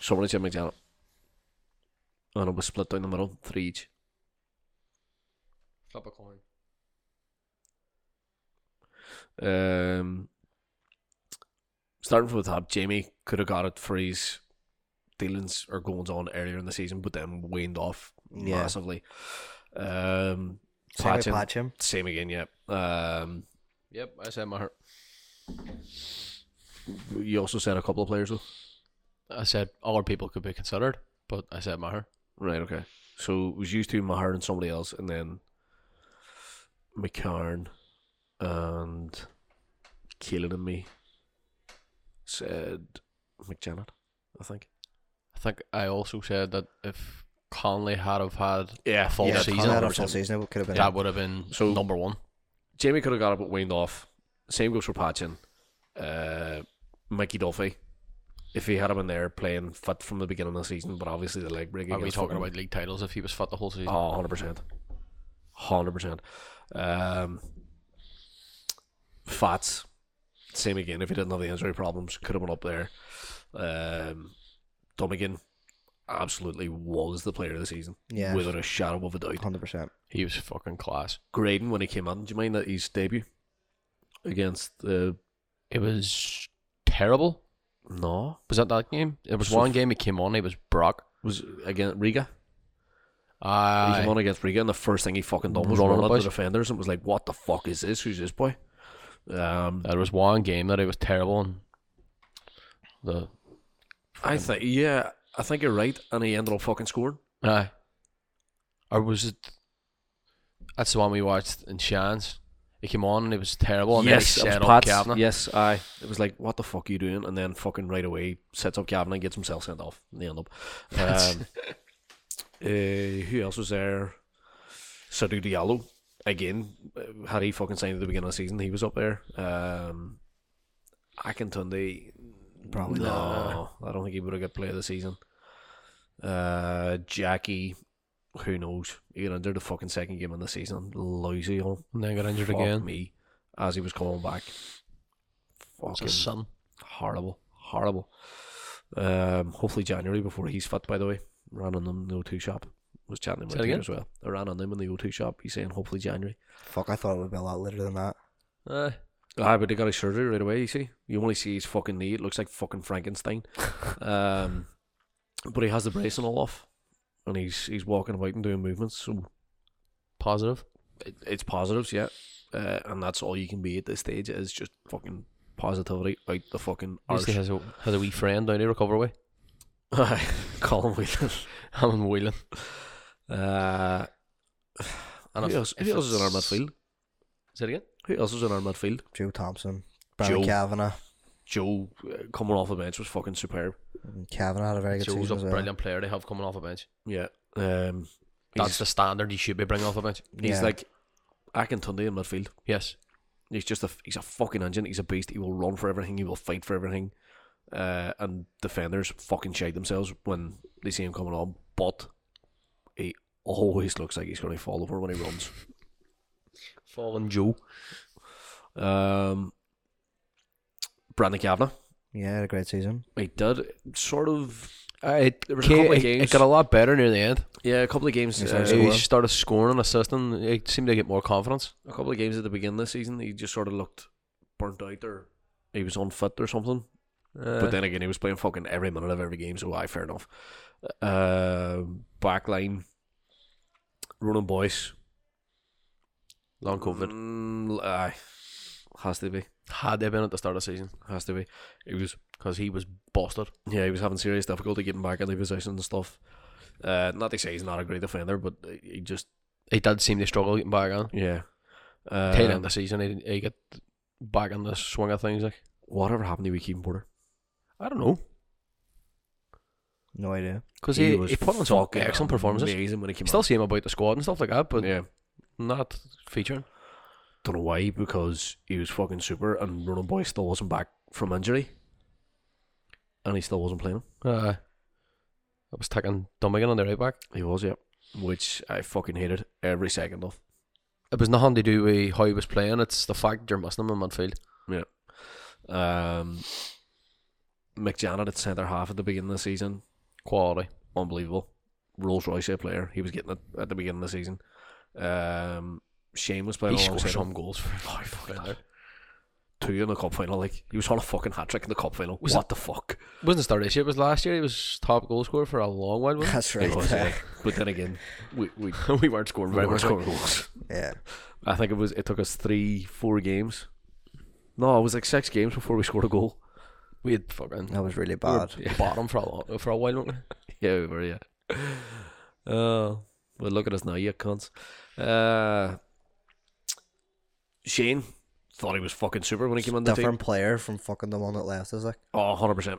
S3: Somebody said McDonald. And it was split down the middle, three each.
S4: Flip a coin.
S3: Um, starting from the top, Jamie could have got it for his dealings or goings on earlier in the season, but then waned off
S1: Yeah.
S3: massively. Um,
S1: Same with
S3: Patchin,
S1: Patchin.
S3: same again, yeah. Um,
S2: Yep, I said my heart.
S3: you also said a couple of players though,
S4: I said all people could be considered, but I said Maher.
S3: right? Okay, so it was used to Maher and somebody else, and then McCarn and Keelan and me said McJanet, I think.
S4: I think I also said that if Conley had have had,
S3: Yeah,
S4: full
S1: Yeah,
S4: season.
S1: Conor had a
S3: 100%.
S1: full season. It could have been.
S4: that would have been
S3: So-
S4: number one.
S3: Jamie could have got it but waned off. Same goes for Patchin. Uh, Mikey Duffy. If he had him in there playing fit from the beginning of the season, but obviously the leg break.
S4: Are we
S3: against
S4: talking
S3: fucking-
S4: about league titles if he was fit the whole season?
S3: Oh, 100%. 100%. Um, Fats. Same again. If he didn't have the injury problems, could have been up there. Um, Dummigan. absolutely was the player of the season.
S1: Yeah.
S3: Without a shadow of a doubt.
S1: hundred percent.
S2: He was fucking class.
S3: Graydon, when he came on, do you mind that his debut against uh, the.
S2: It was terrible.
S3: No.
S2: Was that that game? It was
S3: So
S2: one
S3: f-
S2: game he came on. He was Brock.
S3: Was against Riga? He
S2: Uh,
S3: came on against Riga, and the first thing he fucking done was
S2: Run
S3: run
S2: on
S3: at
S2: the
S3: the
S2: bus.
S3: defenders and was like, what the fuck is this? Who's this boy? Um,
S2: there was one game that he was terrible and the
S3: I think, yeah, I think you're right. And he ended up fucking scoring.
S2: aye. Or was it? That's the one we watched in Shans. He came on and it was terrible. And
S3: yes,
S2: then he
S3: it
S2: set
S3: was
S2: up
S3: Pats.
S2: Kavanagh.
S3: Yes, aye. It was like, what the fuck are you doing? And then fucking right away sets up Kavanagh and gets himself sent off. And they end up. Um, eh, who else was there? Sadu Diallo. Again, eh, had he fucking signed at the beginning of the season, he was up there. Um, Akintunde.
S1: Probably
S3: no,
S1: not.
S3: I don't think he would have got play of the season. Uh, Jackie, who knows? He got injured the fucking second game in the season. Lousy on him.
S2: And then got injured
S3: Fuck
S2: again.
S3: me as he was coming back.
S2: It's
S3: Fucking
S2: his son.
S3: horrible, horrible. Um, hopefully January before he's fit. By the way, ran on them in the O2 shop. Was chatting about
S2: Say it
S3: it
S2: again?
S3: as well. I ran on them in the O2 shop. He's saying hopefully January.
S1: Fuck, I thought it would be a lot later than that.
S2: Aye.
S3: Ah, but they got his surgery right away. You see, you only see his fucking knee. It looks like fucking Frankenstein. um, but he has the brace and all off, and he's he's walking about and doing movements. So
S2: Positive.
S3: it, it's positives, yeah. Uh, and that's all you can be at this stage is just fucking positivity out the fucking
S2: At least He
S3: arse.
S2: has a, has a wee friend down here, recover way.
S3: Colin Whelan.
S2: Alan Whelan.
S3: Uh,
S2: And
S3: who
S2: if-
S3: else,
S2: if
S3: who else is in our
S2: it's-
S3: midfield?
S2: Say it again.
S3: Who else is in our midfield?
S1: Joe Thompson, Brian
S3: Joe.
S1: Kavanagh.
S3: Joe uh, coming off the bench was fucking superb.
S1: And Kavanagh had a very good
S2: Joe's a
S1: season. as well.
S2: brilliant player they have coming off a bench.
S3: Yeah. Um,
S2: That's
S3: he's,
S2: the standard you should be bringing off a bench.
S3: he's
S1: Yeah.
S3: like Akintunde in midfield.
S2: Yes.
S3: He's just a he's a fucking engine. He's a beast. He will run for everything. He will fight for everything. Uh, and defenders fucking shite themselves when they see him coming on. But he always looks like he's going to fall over when he runs.
S2: Fallen Joe.
S3: Um, Brandon Kavanagh.
S1: yeah, had a great season.
S3: He did sort of.
S2: Uh, it,
S3: There was a couple of games.
S2: it got a lot better near the end.
S3: Yeah, a couple of games.
S1: Yes,
S3: uh,
S1: I
S2: He
S1: saw Scoring.
S2: started scoring and assisting. It seemed to get more confidence.
S3: a couple of games at the beginning of the season, he just sort of looked burnt out or he was unfit or something.
S2: Uh,
S3: but then again, he was playing fucking every minute of every game, so I fair enough. Uh, back line, Ronan Boyce.
S2: long COVID.
S3: Mm, aye. Has to be.
S2: Had they been at the start of the season,
S3: Has to be. He was,
S2: because he was busted.
S3: yeah, he was having serious difficulty getting back into position and stuff. Uh, not to say he's not a great defender, but he just,
S2: He did seem to struggle getting back on.
S3: yeah.
S2: Tail end
S3: Uh,
S2: of the season, he, he got back in the swing of things. Like
S3: whatever happened to Keegan Porter?
S2: I don't know,
S1: No idea.
S2: because he, he,
S3: was
S2: put on some
S3: fucking
S2: excellent performances.
S3: Amazing when he came
S2: You still
S3: on.
S2: see him about the squad and stuff like that, but
S3: yeah.
S2: not featuring.
S3: Don't know why, because he was fucking super, and Ronan Boy still wasn't back from injury, and he still wasn't playing.
S2: Uh, I was taking Dummigan on the right back.
S3: He was, yeah, which I fucking hated every second of.
S2: It was nothing to do with how he was playing. It's the fact you're missing him in midfield.
S3: Um, McJanet at centre half at the beginning of the season,
S2: Quality.
S3: unbelievable. Rolls Royce a player, he was getting it at the beginning of the season. Um, Shane was playing
S2: he scored
S3: alongside him.
S2: some goals for
S3: Oh, he fucking did. two in the cup final. Like he was on a fucking hat trick in the cup final.
S2: Was
S3: what the fuck?
S2: Wasn't the start of this year, it was last year. He was top goal scorer for a long while, wasn't
S1: That's right.
S3: It was, yeah. But then again, we we
S2: he? we weren't scoring
S3: we
S2: very
S3: were
S2: much.
S3: scoring goals.
S1: yeah.
S3: I think it was it took us three, four games. No, it was like six games before we scored a goal.
S2: We had fucking
S1: That was really
S2: we were
S1: bad.
S2: bottom for a, lo- for a while, weren't we?
S3: Yeah, we were, yeah. Oh, but look at us now, you cunts. Uh, Shane thought he was fucking super when he came on the
S1: Different player from fucking the one that left us. Like,
S3: team. Oh, 100%.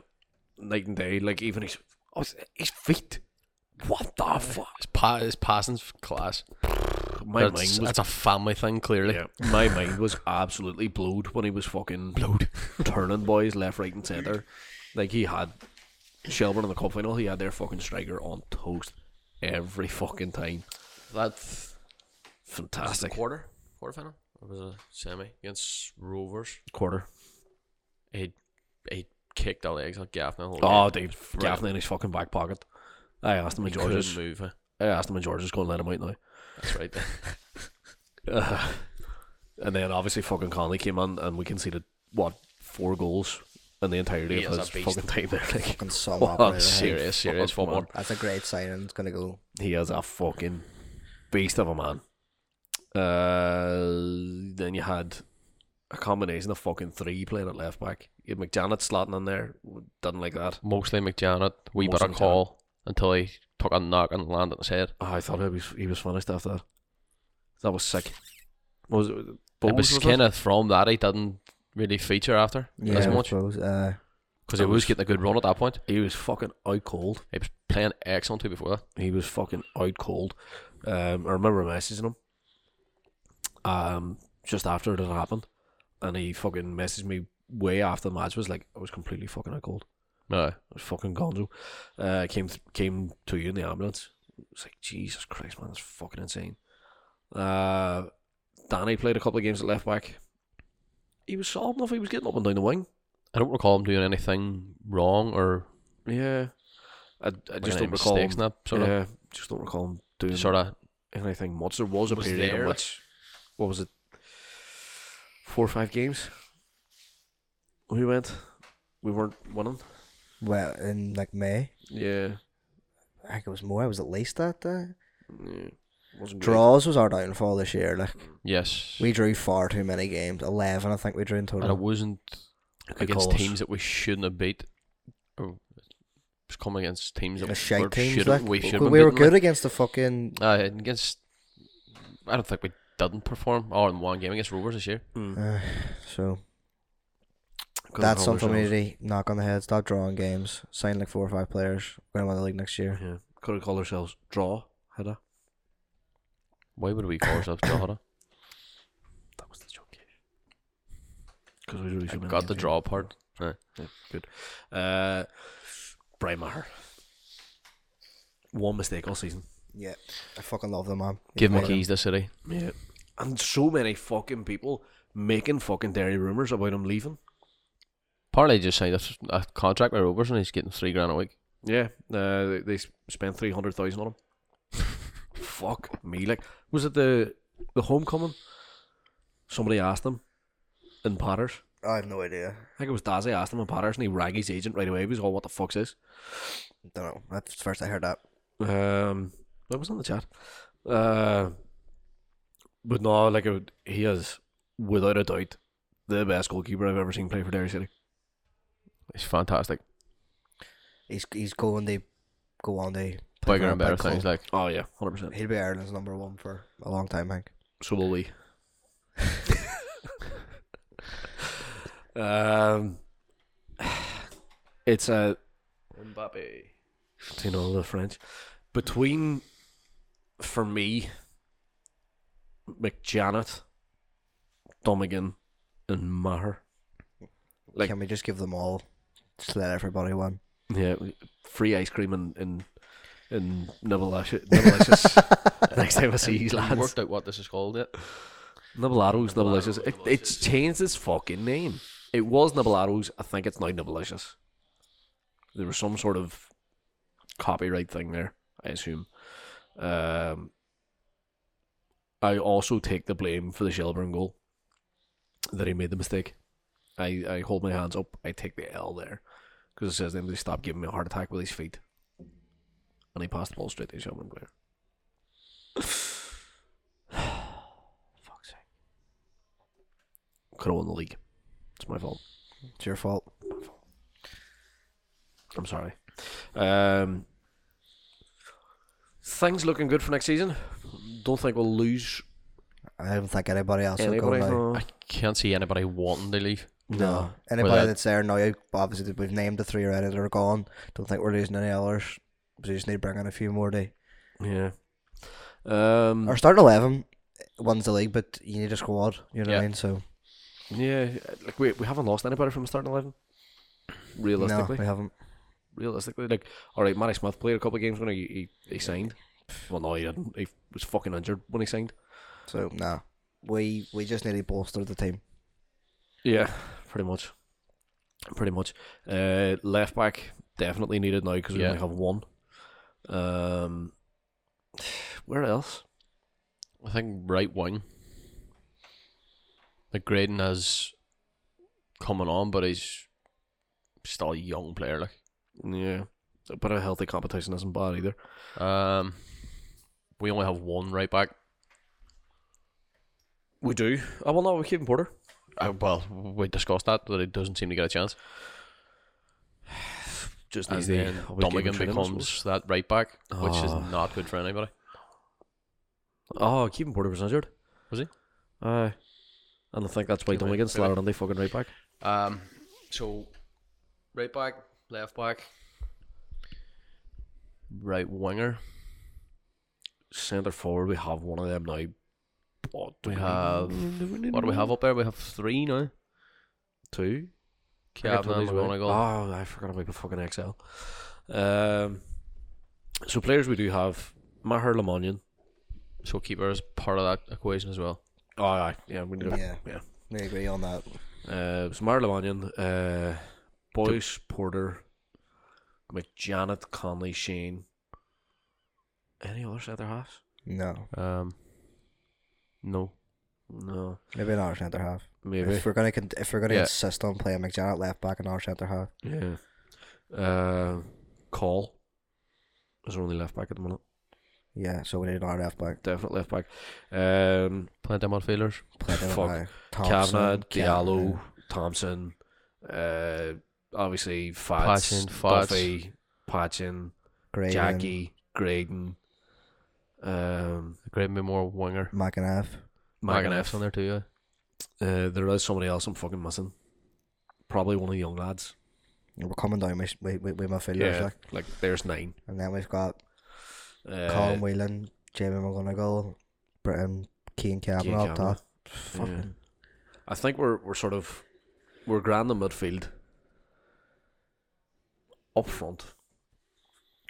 S3: Night and day. Like, even his, oh, his- his feet. What the fuck?
S2: His, pa- his passing's class.
S3: My
S2: that's,
S3: mind was.
S2: that's a family thing, clearly.
S3: yeah, my mind was absolutely blowed when he was fucking
S2: Blowed.
S3: turning boys left, right, and centre. Like he had Shelburne in the cup final, he had their fucking striker on toast every fucking time.
S2: That's
S3: Fantastic
S2: quarter, quarter final. It was a semi against Rovers.
S3: quarter.
S2: He he kicked the legs of Gaffney.
S3: Oh, Dave
S2: Right.
S3: Gaffney in his fucking back pocket. I asked him
S2: He
S3: in
S2: couldn't
S3: George's.
S2: move. eh?
S3: I asked him in George's going to let him out now.
S2: That's right.
S3: Uh, and then obviously fucking Conley came on and we conceded what four goals in the entirety
S2: He
S3: of
S2: is
S3: his
S2: a beast.
S3: fucking time there. Like,
S1: Fucking some
S3: Well,
S1: operator.
S3: shit.
S1: hey.
S2: serious, serious
S3: fuck,
S2: football.
S3: man.
S1: That's a great signing. It's gonna go.
S3: he is a fucking beast of a man. Uh, then you had a combination of fucking three playing at left back. You had McJanet slotting in there. Didn't like that.
S2: Mostly McJanet. We
S3: Mostly
S2: better call until he took a knock and landed on his head.
S3: Oh, I thought he was he was finished after that. That was sick. What was it?
S2: it
S3: Bowes,
S2: was,
S3: was it?
S2: kind of from that he didn't really feature after
S1: Yeah,
S2: as
S1: I
S2: much
S1: suppose. Uh,
S2: because he
S3: It
S2: was
S3: was-
S2: getting a good run at that point.
S3: He was fucking out cold.
S2: He was playing excellent too before that.
S3: He was fucking out cold. Um, I remember messaging him. Um, just after it had happened, and he fucking messaged me way after the match. Was like, I was completely fucking out cold.
S2: No,
S3: I was fucking gonzo. Uh, came came to you in the ambulance. It's like Jesus Christ, man, that's fucking insane. Uh, Danny played a couple of games at left back. He was solid enough. He was getting up and down the wing.
S2: I don't recall him doing anything wrong or
S3: Yeah, I, I
S2: just
S3: just
S2: any
S3: don't recall.
S2: mistakes.
S3: Him,
S2: in that sort
S3: yeah, just don't recall him doing
S2: of, sort of.
S3: anything much. There was a
S2: Was
S3: period
S2: there,
S3: in
S2: like-
S3: which what was it? Four or five games. We went. We weren't winning.
S1: well, in like May,
S3: Yeah.
S1: I think it was more. It was at least that. Uh,
S3: yeah. Wasn't great.
S1: draws was our downfall this year. Like
S2: Yes,
S1: we drew far too many games. Eleven, I think we drew in
S2: and it
S1: total.
S2: wasn't
S3: Good
S2: against
S3: calls.
S2: teams that we shouldn't have beat. Or it was coming against teams that
S1: The shite
S2: weren't-
S1: teams.
S2: should
S1: Like,
S2: we should
S1: we were good against the fucking.
S2: Uh, against, I don't think we didn't perform. Or in one game against Rovers this year.
S3: Mm.
S1: Uh, so
S3: Couldn't
S1: that's
S3: hold
S1: something we
S3: ourselves.
S1: need to knock on the head. Stop drawing games. Sign like four or five players. We're gonna win the league next year.
S3: Yeah, could have called ourselves draw header.
S2: Why would we call ourselves Drogheda?
S3: That was the joke. Because we really
S2: I
S3: should have
S2: got the draw part.
S3: Good. Uh, Brian Maher. One mistake all season.
S1: Yeah, I fucking love them, man.
S2: Give
S1: me
S2: him keys to City.
S3: Yeah, and so many fucking people making fucking dairy rumors about him leaving.
S2: Partly just signed a, a contract with Rovers and he's getting three grand a week.
S3: Yeah, uh, they, they s- spent three hundred thousand on him. Fuck me! Like, was it the the homecoming? Somebody asked him in Potters.
S1: I have no idea.
S3: I think it was Dazzy asked him in Paris and he rang his agent right away. He was all, what the fuck's this?
S1: Don't know. That's the first I heard that.
S3: Um, that was on the chat. Uh, but no, like, it would- he is, without a doubt, the best goalkeeper I've ever seen play for Derry City.
S2: It's fantastic.
S1: He's he's going to go on to play
S2: Bigger
S1: for a
S2: and better
S1: big club.
S2: things like
S3: Oh, yeah, 100%.
S1: He'll be Ireland's number one for a long time, Hank.
S3: So will we. um, it's a.
S2: Mbappe.
S3: Do you know the French? Between, for me, McJanet, Domigan, and Maher. Like-
S1: Can we just give them all? Just let everybody win.
S3: Yeah, free ice cream and and and Nibblelash- Nibblelicious. Next time I see these lads,
S2: Worked out what this is called yet.
S3: Nibbelados, Nibblelicious.
S2: Nibbelados,
S3: It, it's
S2: Nibbelicious.
S3: changed its fucking name. It was Nibbelados. I think it's now Nibblelicious. There was some sort of copyright thing there, I assume. Um, I also take the blame for the Shelburne goal. That he made the mistake. I, I hold my hands up. I take the L there because it says then they stopped giving me a heart attack with his feet, and he passed the ball straight to Shelburne player. Fuck's sake! Could have won the league. It's my fault.
S1: It's your fault.
S3: I'm sorry. Um, things looking good for next season. Don't think we'll lose
S1: I don't think anybody else
S3: anybody.
S1: will go now.
S3: no.
S2: I can't see anybody wanting to leave.
S1: No. Anybody
S2: Well, that-
S1: that's there now, obviously that we've named the three already that are gone. Don't think we're losing any others. We just need to bring in a few more. Day.
S3: Yeah. Um,
S1: Our starting 11 wins the league, but you need a squad. You know what
S2: Yeah.
S1: I mean? So,
S3: yeah. Like we we haven't lost anybody from the starting eleven.
S1: no,
S3: Realistically,
S1: we haven't.
S3: realistically, like, all right, Matty Smith played a couple of games when he, he, he signed. Well, no, he didn't. He was fucking injured when he signed.
S1: So, nah. We, we just need to bolster the team.
S3: Yeah, pretty much. Pretty much. Uh, left back definitely needed now because we
S2: Yeah.
S3: only have one. Um, where else?
S2: I think right wing. Like Graydon has coming on, but he's still a young player. Like,
S3: Yeah, but a healthy competition isn't bad either.
S2: um, we only have one right back.
S3: We do. Oh well, no, we Kevin Porter.
S2: Uh, well, we discussed that, but it doesn't seem to get a chance.
S3: Just
S2: And
S3: needs the
S2: then
S3: a wee game of
S2: Domigan
S3: training, I suppose.
S2: becomes that right back, which is
S3: Ah.
S2: not good for anybody.
S3: Oh, Kevin Porter was injured.
S2: Was he?
S3: Aye. And I think that's why
S2: Good way-
S3: Domigan
S2: good
S3: slattered on the fucking right back.
S2: Um,
S5: So, right back, left back.
S2: right winger.
S3: Centre forward, we have one of them now. But
S2: We have what do we have up there? We have three now.
S3: Two.
S2: Kavanagh,
S3: Forget what it is,
S2: McGonagall.
S3: right? Oh, I forgot about the fucking XL. Um, so players we do have Maher Lemonian.
S2: So keeper is part of that equation as well.
S3: Oh, aye, yeah, we need to.
S1: Yeah.
S3: yeah.
S1: We agree on that.
S3: Uh, so Maher Lemonian, uh, Boyce Porter, McJanet, Conley, Shane. Any other centre halves?
S1: No,
S2: Um, no,
S3: No,
S1: maybe an our centre half.
S3: maybe.
S1: If we're gonna con- if we're gonna
S2: Yeah.
S1: insist on playing McJanet left back and our centre half,
S3: Yeah. Uh, Call is our only left back at the minute.
S1: yeah. So we need our left back.
S3: Definite left back. Um,
S2: plenty of midfielders.
S1: Plenty of
S3: Fuck.
S1: high. Thompson,
S3: Kavanagh, Diallo,
S1: Kavanagh.
S3: Thompson, uh, obviously Fats,
S2: Patchin, Fats.
S3: Duffy, Patchin,
S1: Gray,
S3: Jackie, Graydon, um,
S2: Great bit more winger.
S1: McAnaff.
S2: Maganeff's
S3: McAneff.
S2: on there too. Yeah.
S3: Uh, there is somebody else I'm fucking missing. Probably one of the young lads.
S1: We're coming down with with, with, with midfielders, like,
S3: like there's nine.
S1: and then we've got
S3: Uh,
S1: Colin Whelan, Jamie McGonagall, Britton, Keane Kavanagh up
S3: Kavanagh.
S1: top. Fucking
S3: I think we're we're sort of we're grand in midfield. Up front.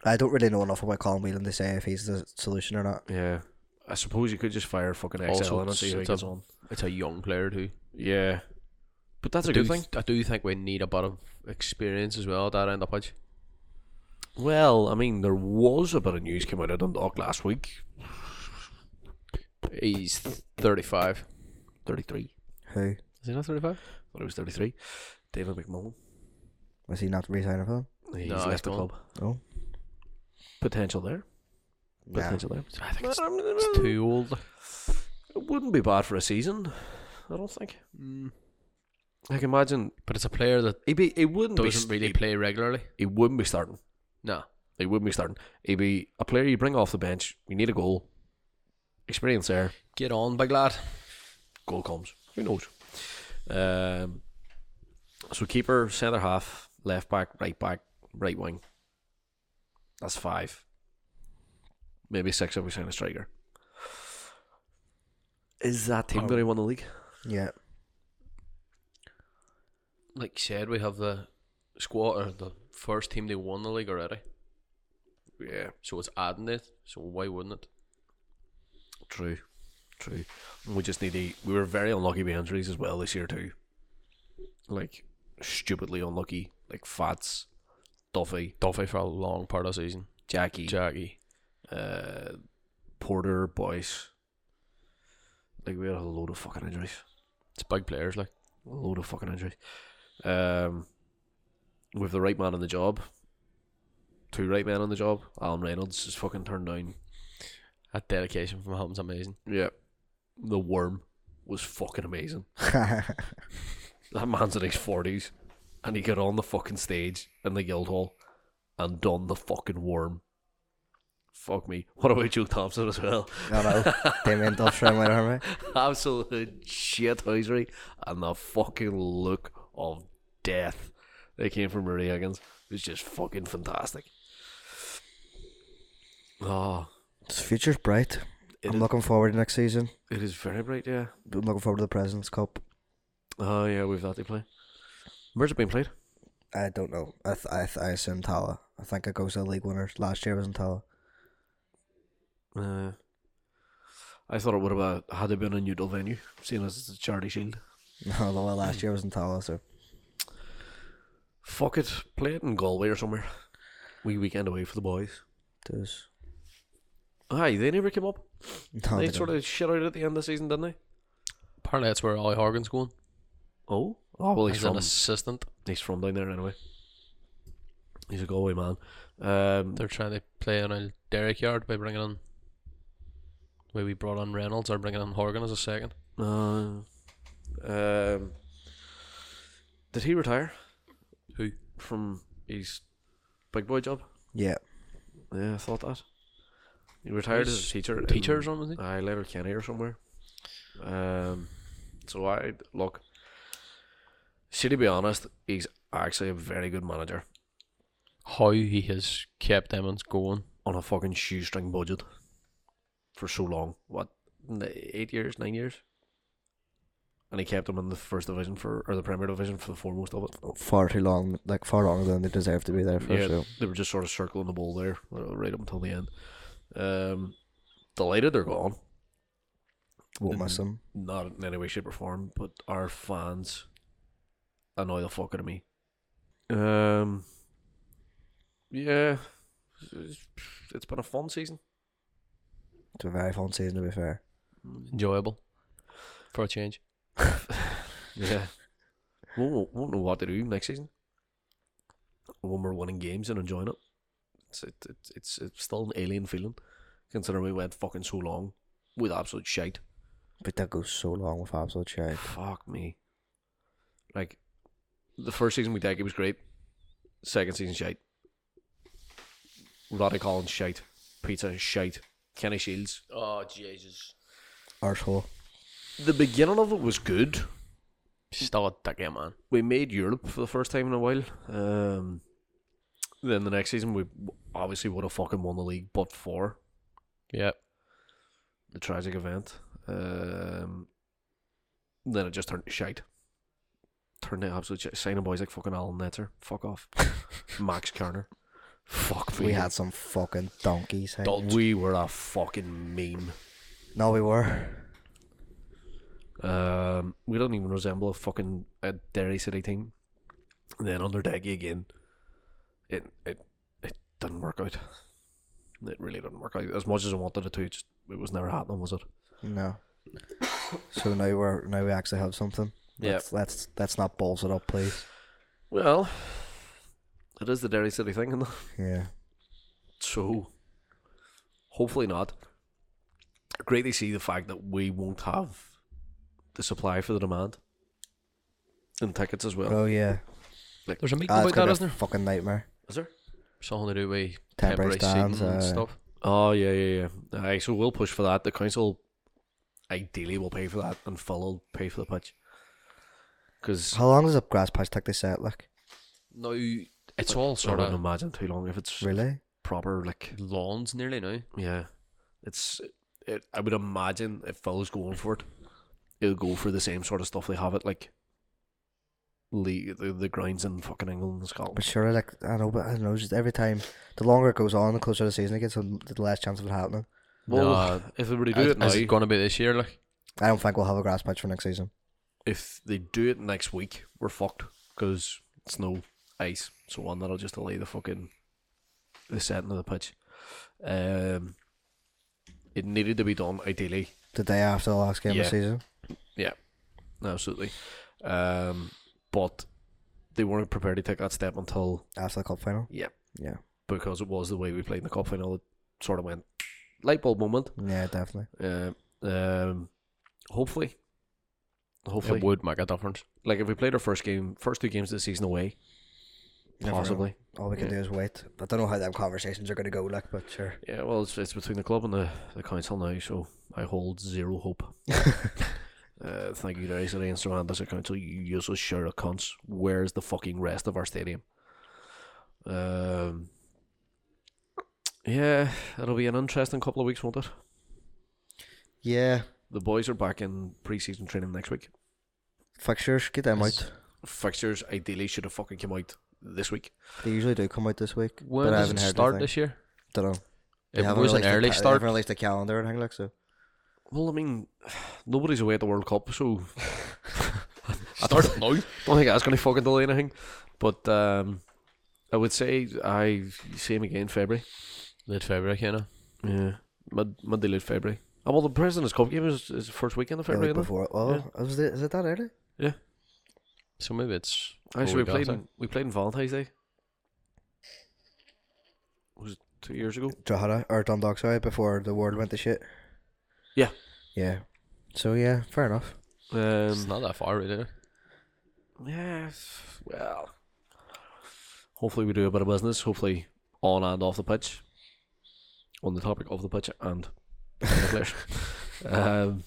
S1: I don't really know enough about Colin Whelan to say if he's the solution or not.
S3: Yeah. I suppose you could just fire fucking XL
S2: Also,
S3: and see who he
S2: it's a-
S3: gets on.
S2: It's a young player too.
S3: Yeah. But that's a
S2: I do
S3: good thing.
S2: th- I do think we need a bit of experience as well at that end of pitch.
S3: Well, I mean, there was a bit of news came out of Dundalk last week.
S2: He's thirty-five.
S3: 33.
S1: Who
S2: Is he not thirty-five?
S3: But it was 33. David McMullen.
S1: was he not resigning for them?
S3: He's
S2: No, he's
S3: left the
S2: gone.
S3: club.
S1: Oh,
S3: Potential there.
S1: yeah.
S3: Potential there.
S2: I think it's, it's too old.
S3: It wouldn't be bad for a season, I don't think. Mm. I can imagine.
S2: But it's a player that
S3: He'd be, he wouldn't be,
S2: doesn't really play regularly.
S3: he wouldn't be starting.
S2: No.
S3: He wouldn't be starting. He'd be a player you bring off the bench. You need a goal. Experience there.
S2: Get on, big lad.
S3: Goal comes. Who knows? Um, so keeper, centre half, left back, right back, right wing. That's five. Maybe six if we sign a striker. Is that team going to win the league?
S1: yeah.
S2: Like you said, we have the squad or the first team they won the league already.
S3: Yeah,
S2: So it's adding it. So why wouldn't it?
S3: true, true. And we just need a. We were very unlucky with injuries as well this year too. Like stupidly unlucky. Like Fats, Duffy,
S2: Duffy for a long part of the season.
S3: Jackie,
S2: Jackie.
S3: uh, Porter, Boyce. Like we had a load of fucking injuries.
S2: It's big players like
S3: A load of fucking injuries. Um, with the right man on the job. Two right men on the job. Alan Reynolds is fucking turned down.
S2: that dedication from him's amazing.
S3: Yeah. The worm was fucking amazing. That man's in his forties, and he got on the fucking stage in the Guildhall and done the fucking worm. Fuck me. What about Joe Thompson as well?
S1: no, no. Damien Duff's right wing, aren't we?
S3: absolute shithousery and the fucking look of death that came from Murray Higgins was just fucking fantastic. Ah,
S1: His future's bright.
S3: it,
S1: I'm
S3: is,
S1: looking forward to next season.
S3: it is very bright, yeah.
S1: I'm looking forward to the President's Cup.
S3: Oh, yeah, we've that to play. Where's it being played?
S1: I don't know. I th- I, th- I assume Tala. I think it goes to the league winners. Last year was in Tala.
S3: Uh, I thought it would have uh, had it been a neutral venue, seeing as it's a charity shield.
S1: No, although
S3: Hmm.
S1: last year was in Tala, so
S3: Fuck it, play it in Galway or somewhere. Wee weekend away for the boys.
S1: Does
S3: Aye, they never came up.
S1: no,
S3: they
S1: they
S3: sort
S1: don't.
S3: of shit out at the end of the season, didn't they?
S4: Apparently, that's where Ollie Horgan's going.
S3: Oh, oh well, he's
S4: He's an
S3: from
S4: assistant.
S3: he's from down there anyway. He's a Galway man. Um,
S4: They're trying to play on a Derek Yard by bringing in. The way we brought on Reynolds, are bringing in Horgan as a second.
S3: uh, um, did he retire?
S4: Who?
S3: from his big boy job?
S1: yeah.
S3: Yeah, I thought that. He retired as
S4: He's
S3: a teacher.
S1: um,
S4: Teacher or
S3: in-
S4: something, is
S3: Aye, Leonard Kenny or somewhere. Um, so I look. See, to be honest, he's actually a very good manager
S4: he? How he has kept Emmons going.
S3: on a fucking shoestring budget for so long. What, n- eight years, nine years? And he kept them in the first division for or the Premier Division for the foremost of it.
S1: Far too long, like far longer than they deserve to be there for.
S3: Yeah.
S1: So
S3: They were just sort of circling the ball there uh, right up until the end. Um, delighted they're gone.
S1: won't miss
S3: Mhm.
S1: them.
S3: not in any way, shape, or form, but our fans annoy the fuck out of me. Um, yeah, it's, it's been a fun season.
S1: It's a very fun season to be fair.
S4: Enjoyable. For a change.
S3: Yeah, won't won't know what to do next season when we're winning games and enjoying it. It's it, it, it's it's still an alien feeling, considering we went fucking so long with absolute shite.
S1: But that goes so long with absolute shit.
S3: Fuck me. Like the first season we did, it was great. Second season, shite. Roddy Collins, shite. Peter, shite. Kenny Shields.
S2: Oh Jesus!
S1: Arsehole.
S3: The beginning of it was good.
S4: Still a dickhead, man.
S3: We made Europe for the first time in a while. Um, then the next season, we obviously would have fucking won the league, but for
S4: Yeah.
S3: the tragic event. Um, then it just turned to shite. Turned to absolute shite. Signing boys like fucking Alan Netzer. Fuck off. Max Kerner. Fuck me.
S1: We had some fucking donkeys. hey.
S3: We were a fucking meme.
S1: No, we were.
S3: Um, we don't even resemble a fucking a Derry City team. And then under Deggy again, it it it didn't work out. It really didn't work out. As much as I wanted it to, it, just, it was never happening, was it?
S1: No. so now we're now we actually have something.
S3: Yeah.
S1: Let's let's, let's not balls it up, please.
S3: Well, it is the Derry City thing, and
S1: Yeah.
S3: So, hopefully not. Great to see the fact that we won't have the supply for the demand and tickets as well.
S1: Oh yeah.
S4: There's a meeting
S1: Ah, it's
S4: about that,
S1: gonna be a
S4: isn't there?
S1: fucking nightmare.
S3: Is there?
S4: Something to do with temporary
S1: Temporary, stands.
S4: seating and
S1: uh,
S4: stuff.
S3: Oh yeah, yeah, yeah. Aye, so we'll push for that. The council ideally will pay for that, and Phil will pay for the pitch. Because
S1: How long does a grass patch take to set? Like
S4: No, it's all
S3: I
S4: sort
S3: don't
S4: of
S3: imagine too long if it's
S1: really?
S3: proper. Like
S4: lawns nearly now.
S3: yeah, it's. It, I would imagine if Phil's going for it, he'll go for the same sort of stuff they have it like. Le- the the grounds in fucking England and Scotland.
S1: But surely, like I know, but I don't know. Just every time, the longer it goes on, the closer the season it gets, so the less chance of it happening.
S3: Well,
S4: Nah,
S3: if they were to do
S4: Is,
S3: it now,
S4: is it going to be this year? Like,
S1: I don't think we'll have a grass patch for next season.
S3: if they do it next week, we're fucked because it's no ice. So one that'll just delay the fucking the setting of the pitch. Um, it needed to be done ideally.
S1: The day after the last game
S3: Yeah.
S1: of the season.
S3: Absolutely. Um, but they weren't prepared to take that step until
S1: After the cup final.
S3: Yep.
S1: Yeah.
S3: because it was the way we played in the cup final. It sort of went light bulb moment.
S1: Yeah, definitely.
S3: Uh, um, hopefully, hopefully,
S4: it would make a difference.
S3: like if we played our first game, first two games of the season away,
S1: Never know.
S3: possibly.
S1: All we can
S3: Yeah.
S1: do is wait. I don't know how them conversations are going to go, like, but sure.
S3: Yeah, well, it's, it's between the club and the, the council now, so I hold zero hope. uh, thank you, Derry City and Sarandis Council. You useless share of cunts. Where's the fucking rest of our stadium? Um, yeah, it'll be an interesting couple of weeks, won't it?
S1: Yeah.
S3: The boys are back in pre-season training next week.
S1: Fixtures, get them
S4: It's-
S1: out.
S3: Fixtures ideally should have fucking come out this week.
S1: They usually do come out this week.
S4: When
S1: but I
S4: does
S1: haven't
S4: it
S1: heard
S4: start
S1: anything.
S4: this year?
S1: Don't know.
S4: It was an early
S1: They
S4: start.
S1: haven't released a calendar or anything like so.
S3: Well, I mean, nobody's away at the World Cup, so
S2: Start now.
S3: don't think that's going to fucking delay anything. But um, I would say I see him again February.
S4: Late February, kind of.
S3: Yeah, mid mid to late February. Oh, well, the President's Cup game is, is the first weekend of
S1: Yeah,
S3: February.
S1: like
S3: isn't it?
S1: before. Oh, was it, is it that early?
S4: So maybe it's.
S3: Actually,
S4: what
S3: we
S4: got
S3: played
S4: then.
S3: in, we played in Valentine's Day. Was it two years ago?
S1: Drogheda or Dundalk, sorry, before the world went to shit.
S3: Yeah.
S1: Yeah. So yeah, fair enough.
S3: Um,
S4: It's not that far, really.
S3: Yes. Well, hopefully we do a bit of business. Hopefully on and off the pitch. On the topic of the pitch and the players. um,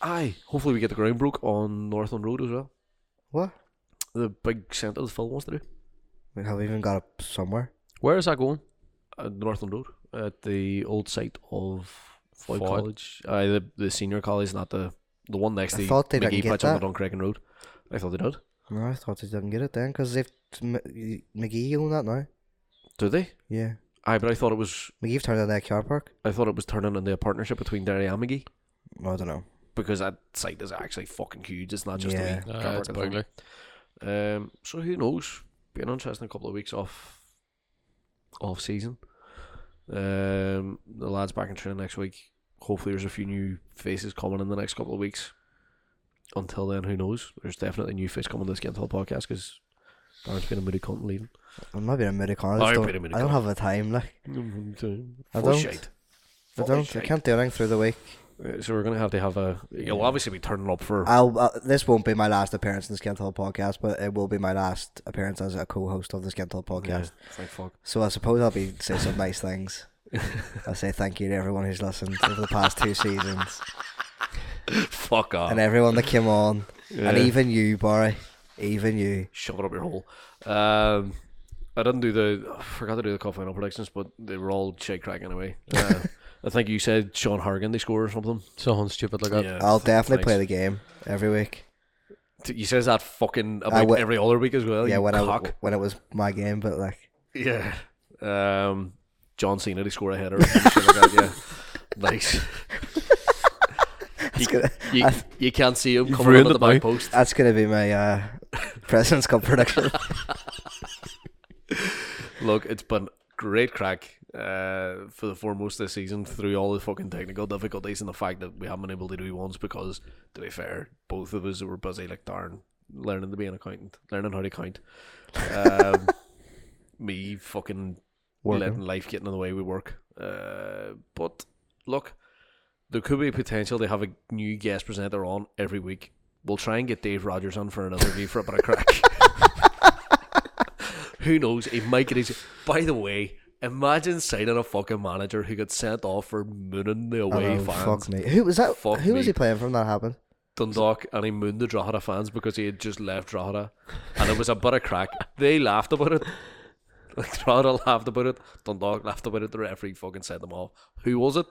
S3: aye. Hopefully we get the ground broke on Northland Road as well.
S1: What?
S3: The big centre that Phil wants to do.
S1: We have even got up somewhere.
S4: Where is that going?
S3: Uh, Northland Road at the old site of Floyd,
S4: Floyd.
S3: College. Aye, the, the senior college, not the the one next
S1: I
S3: to
S1: thought they
S3: Mickey
S1: didn't get
S3: Pitch on the
S1: that.
S3: Duncraken Road. I thought they did.
S1: No, I thought they didn't get it then because they've M- McGee own that now.
S3: Did they?
S1: Yeah,
S3: Aye, but I thought it was
S1: McGee turned into a car park.
S3: I thought it was turning into a partnership between Derry and McGee.
S1: I don't know.
S3: because that site is actually fucking huge. It's not just
S1: Yeah.
S2: Uh,
S3: a wee car
S4: it's a
S3: park thing.
S4: burglar.
S3: Um, so who knows? Be an interesting couple of weeks off, off season. Um, the lads back in training next week. Hopefully, there's a few new faces coming in the next couple of weeks. Until then, who knows? There's definitely a new face coming to this Gentle podcast because Darren's been a moody cunt leaving.
S1: I'm not being a moody con. I,
S3: I've
S1: just
S3: been a
S1: don't,
S3: moody
S1: I don't
S3: con.
S1: have the time. Like I
S3: Full
S1: don't.
S3: shite.
S1: I
S3: Full
S1: don't. I
S3: shite.
S1: can't do anything through the week.
S3: Uh, So we're gonna have to have a. You'll obviously be turning up for.
S1: I'll. Uh, this won't be my last appearance in the Skin Hill podcast, but it will be my last appearance as a co-host of the Skin Hill podcast.
S3: Yeah, thank fuck.
S1: So I suppose I'll be say some nice things. I say thank you to everyone who's listened over the past two seasons
S3: fuck off.
S1: and everyone that came on, and
S3: Oh. Yeah.
S1: even you, Barry, even you.
S3: shove it up your hole. Um, I didn't do the I forgot to do the cup final predictions, but they were all shit crack anyway. Uh, I think you said Sean Hargan they score or something.
S4: Something stupid like that.
S1: I'll definitely play the game every week.
S3: play. You says that fucking about
S1: I wi-
S3: every other week as well.
S1: yeah,
S3: you
S1: when
S3: cock.
S1: I when it was my game, but like
S3: yeah. Um, John Cena they score a header. or some shit like that, yeah. Nice.
S1: that's gonna
S3: You, you can't see him
S4: You've
S3: coming
S4: ruined
S3: under the
S4: it now.
S3: back post.
S1: that's gonna be my uh, President's Cup prediction.
S3: Look, it's been great crack uh, for the foremost this season through all the fucking technical difficulties and the fact that we haven't been able to do ones because, to be fair, both of us were busy like darn learning to be an accountant, learning how to count. Um, me fucking letting
S1: Working.
S3: life get in the way we work. Uh, but look, there could be potential to have a new guest presenter on every week. We'll try and get Dave Rogers on for an interview for a bit of crack. Who knows? He might get his. By the way, imagine signing a fucking manager who got sent off for mooning the away
S1: Oh,
S3: fans.
S1: fuck me. Who was that?
S3: Fuck
S1: who was
S3: me.
S1: he playing from that happened?
S3: Dundalk and he mooned the Drogheda fans because he had just left Drogheda and it was a bit of crack. They laughed about it. Like Drogheda laughed about it. Dundalk laughed about it. The referee fucking sent them off. Who was it?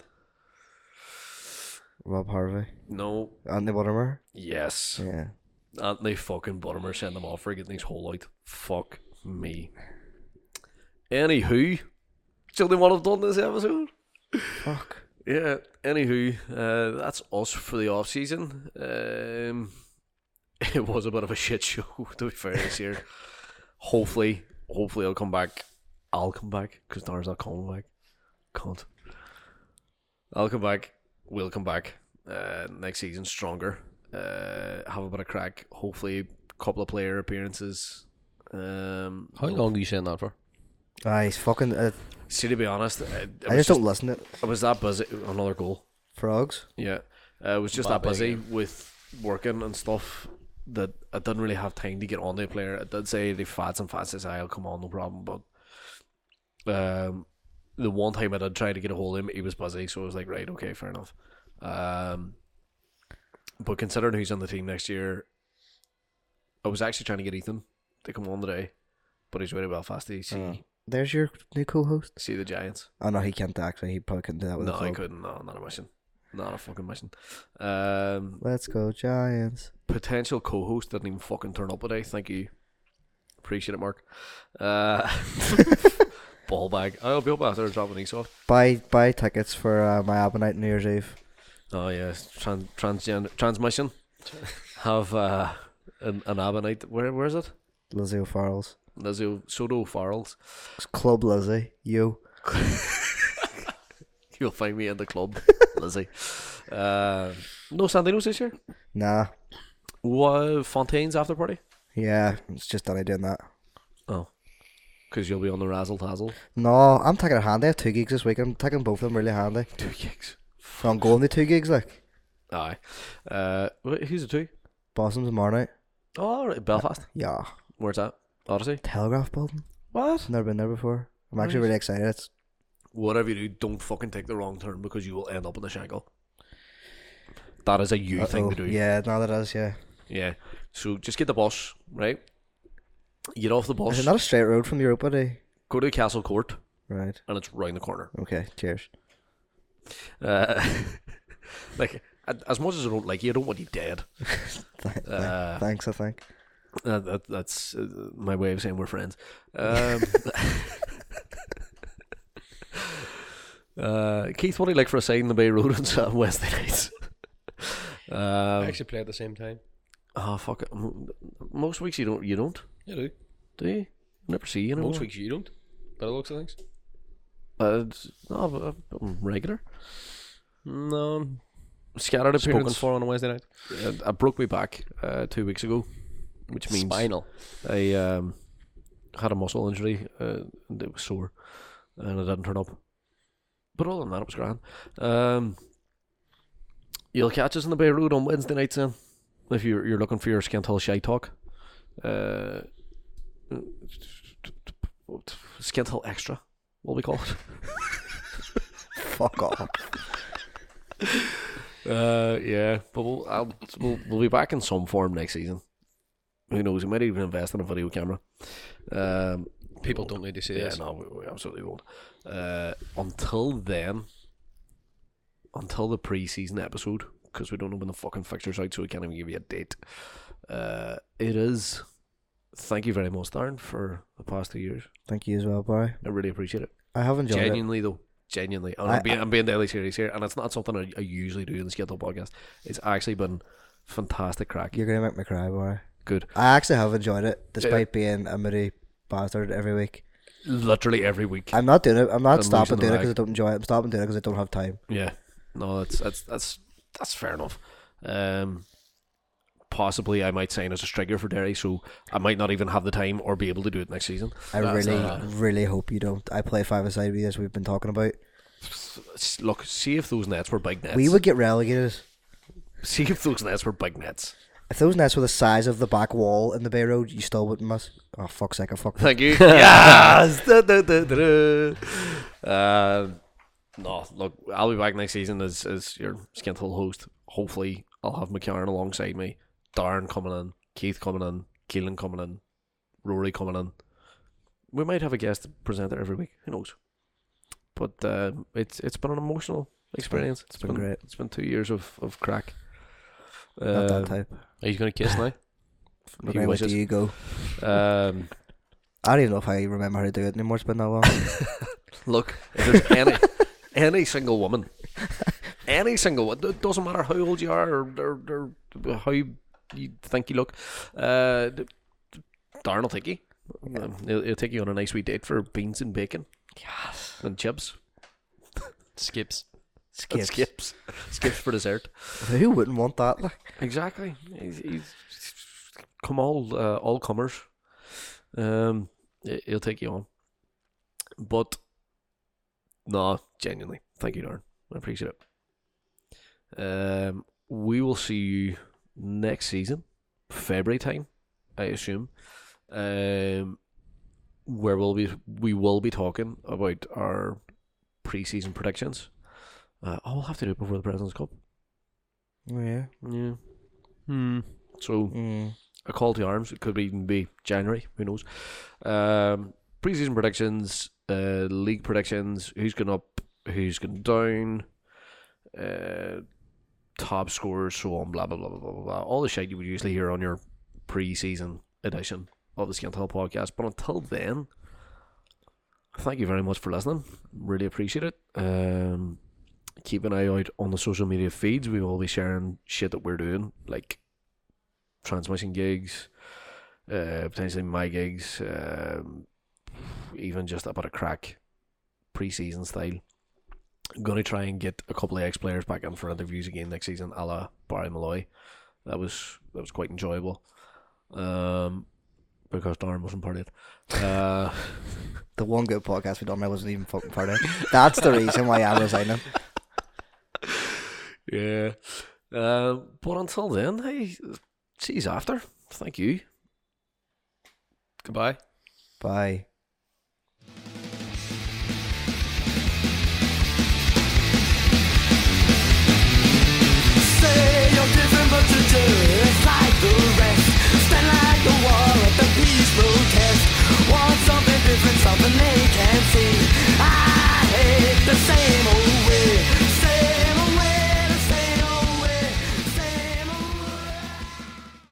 S1: Rob Harvey,
S3: No.
S1: Anthony Buttermer.
S3: Yes.
S1: Yeah,
S3: Anthony Uh, fucking Buttermer sent them off for getting his whole out. Fuck me. Anywho. So they want to have done this episode?
S1: fuck.
S3: Yeah. Anywho, uh, that's us for the off season. Um, it was a bit of a shit show to be fair this year. hopefully, hopefully I'll come back. I'll come back because Darren's not coming back. Can't. I'll come back. We'll come back uh, next season stronger. Uh, have a bit of crack. Hopefully, a couple of player appearances. Um,
S4: How long are you saying that for?
S1: Ah, he's fucking. Uh,
S3: See, to be honest, I,
S1: I just don't listen to it.
S3: I was that busy. Another goal.
S1: frogs.
S3: Yeah, I was just
S4: Bad
S3: that busy
S4: behaviour.
S3: with working and stuff that I didn't really have time to get on the player. I did say the fads and fads says I'll come on, no problem. But um, the one time I did try to get a hold of him, he was busy, so I was like, right, okay, fair enough. Um, but considering who's on the team next year, I was actually trying to get Ethan to come on today, but he's way to Belfast. He see
S1: Oh. There's your new co-host.
S3: see the Giants.
S1: Oh no, he can't actually. He probably couldn't do that with
S3: No,
S1: a
S3: I
S1: club.
S3: couldn't. No, not a mission. Not a fucking mission. Um,
S1: Let's go Giants.
S3: potential co-host didn't even fucking turn up today. Thank you. Appreciate it, Mark. Uh, ball bag. I'll be up after dropping these off.
S1: Buy buy tickets for uh, my album night New Year's Eve.
S3: Oh yes, Tran- transgender transmission. Have uh, an an ABBA night. Where where is it?
S1: Lizzie O'Farrell's.
S3: Lizzie Soto Farrell's.
S1: It's Club Lizzie. You.
S3: You'll find me in the club, Lizzie. Uh, no Sandino's this year.
S1: Nah.
S3: Wow, Fontaine's after party.
S1: Yeah, it's just that I doing that.
S3: Because you'll be on the razzle tazzle.
S1: No, I'm taking it handy. I have two gigs this week. I'm taking both of them really handy.
S3: Two gigs.
S1: I'm going to two gigs like
S3: Aye. Uh, wh- who's the two?
S1: Boston tomorrow night.
S3: Oh, all right, Belfast.
S1: Yeah,
S3: Where's that? Odyssey.
S1: Telegraph Building.
S3: What?
S1: Never been there before. I'm actually
S3: Nice.
S1: really excited. It's
S3: Whatever you do, don't fucking take the wrong turn because you will end up in the shankle. That is a you thing to
S1: Uh-oh.
S3: do.
S1: Yeah, no, that is. Yeah,
S3: Yeah. So just get the bus, right? Get off the
S1: is
S3: bus,
S1: it not a straight road from Europa Day?
S3: go to Castle Court,
S1: Right.
S3: and it's round the corner.
S1: Okay. Cheers. Oh.
S3: Uh, like, a- as much as I don't like you, I don't want you dead.
S1: Th- th-
S3: Uh,
S1: thanks. I think.
S3: Uh, that, that's uh, my way of saying we're friends. Um, uh, Keith, what do you like for a sign in the Bay Road on Sam Wednesday nights?
S2: I
S3: um,
S2: actually play at the same time.
S3: oh fuck! it. M- Most weeks you don't. You don't.
S2: You do.
S3: Do you? Never see you.
S2: Most
S3: anymore.
S2: weeks you don't. But it looks of things.
S3: Uh, it's- no, but uh, I'm regular.
S2: No, I'm
S3: Scattered
S2: spoken
S3: appearance.
S2: for on a Wednesday night.
S3: Uh, I broke my back uh, two weeks ago, which means
S2: Spinal.
S3: I um, had a muscle injury uh, and it was sore and I didn't turn up. But other than that, it was grand. Um, you'll catch us on the Bay Road on Wednesday nights then. If you're, you're looking for your Skintel Shy Talk. Uh, Skintel Extra, what we call it.
S1: Fuck off.
S3: Uh, yeah, but we'll, I'll, we'll, we'll be back in some form next season. Who knows? We might even invest in a video camera. Um,
S2: People don't need to see
S3: Yeah,
S2: this.
S3: no, we, we absolutely won't. Uh, until then, until the preseason episode, because we don't know when the fucking fixture's out, so we can't even give you a date. Uh, it is. Thank you very much, Darren, for the past two years.
S1: Thank you as well, Barry.
S3: I really appreciate it.
S1: I have enjoyed it.
S3: Genuinely, though. Genuinely. And I,
S1: I-
S3: am being, I'm being deadly serious here, and it's not something I, I usually do in the Skittle podcast. It's actually been fantastic crack.
S1: You're gonna make me cry, Barry.
S3: Good.
S1: I actually have enjoyed it, despite being a moody bastard every week.
S3: Literally every week.
S1: I'm not doing it. I'm not
S3: Been losing
S1: stopping
S3: the
S1: doing it
S3: rag.
S1: because I don't enjoy it. I'm stopping doing it because I don't have time.
S3: Yeah. No, that's that's that's that's fair enough. Um possibly I might sign as a striker for Derry, so I might not even have the time or be able to do it next season.
S1: I
S3: That's
S1: really,
S3: not-
S1: really hope you don't. I play five aside with you, as we've been talking about.
S3: S- Look, see if those nets were big nets.
S1: We would get relegated.
S3: see if those nets were big nets.
S1: If those nets were the size of the back wall in the Bay Road, you still wouldn't miss. Oh fuck's sake! I fucked.
S3: Thank you. yes. Da, da, da, da, da. Um, no, look, I'll be back next season as as your Skintle host. Hopefully, I'll have McCarron alongside me. Darren coming in, Keith coming in, Keelan coming in, Rory coming in. We might have a guest presenter every week. Who knows? But uh, it's it's been an emotional experience.
S1: it's been great.
S3: It's been two years of of crack.
S1: Not
S3: Uh,
S1: that type.
S2: Are you going to kiss now?
S3: he
S1: Okay, where do
S3: wishes.
S1: you go?
S3: Um,
S1: I don't even know if I remember how to do it anymore. It's been that long.
S3: Look, if there's any any single woman, any single one, it doesn't matter how old you are or, or, or how you think you look. Uh, d- d- Darren will take you. Um, he'll, he'll take you on a nice wee date for beans and bacon. Yes. And chips.
S2: Skips.
S3: And
S1: Skips.
S3: skips. Skips for dessert.
S1: Who wouldn't want that? Like,
S3: Exactly. He's, he's come all uh, all comers. Um, he- he'll take you on. But no, genuinely, thank you, Darren. I appreciate it. Um, we will see you next season, February time, I assume. Um, where we'll be we will be talking about our preseason predictions. Uh, oh, we'll have to do it before the Presidents Cup.
S1: oh, yeah.
S3: Yeah. Hmm. So
S1: Mm.
S3: a call to arms. It could even be January. Who knows? Um, preseason predictions, uh, league predictions. Who's going up? Who's going down? Uh, top scorers, so on. Blah blah blah blah blah blah, blah. All the shit you would usually hear on your preseason edition of the Scantel podcast. But until then, thank you very much for listening. Really appreciate it. Um, keep an eye out on the social media feeds. We will be sharing shit that we're doing, like transmission gigs, uh, potentially my gigs, um, even just a bit of crack, pre-season style. I'm going to try and get a couple of ex players back in for interviews again next season, a la Barry Malloy. That was that was quite enjoyable. Um, because Darren wasn't part of it. Uh,
S1: The one good podcast we done, I wasn't even fucking part of. That's the reason why I'm resigning.
S3: yeah. Um, but until then, hey, see you after. Thank you.
S4: Goodbye.
S1: Bye.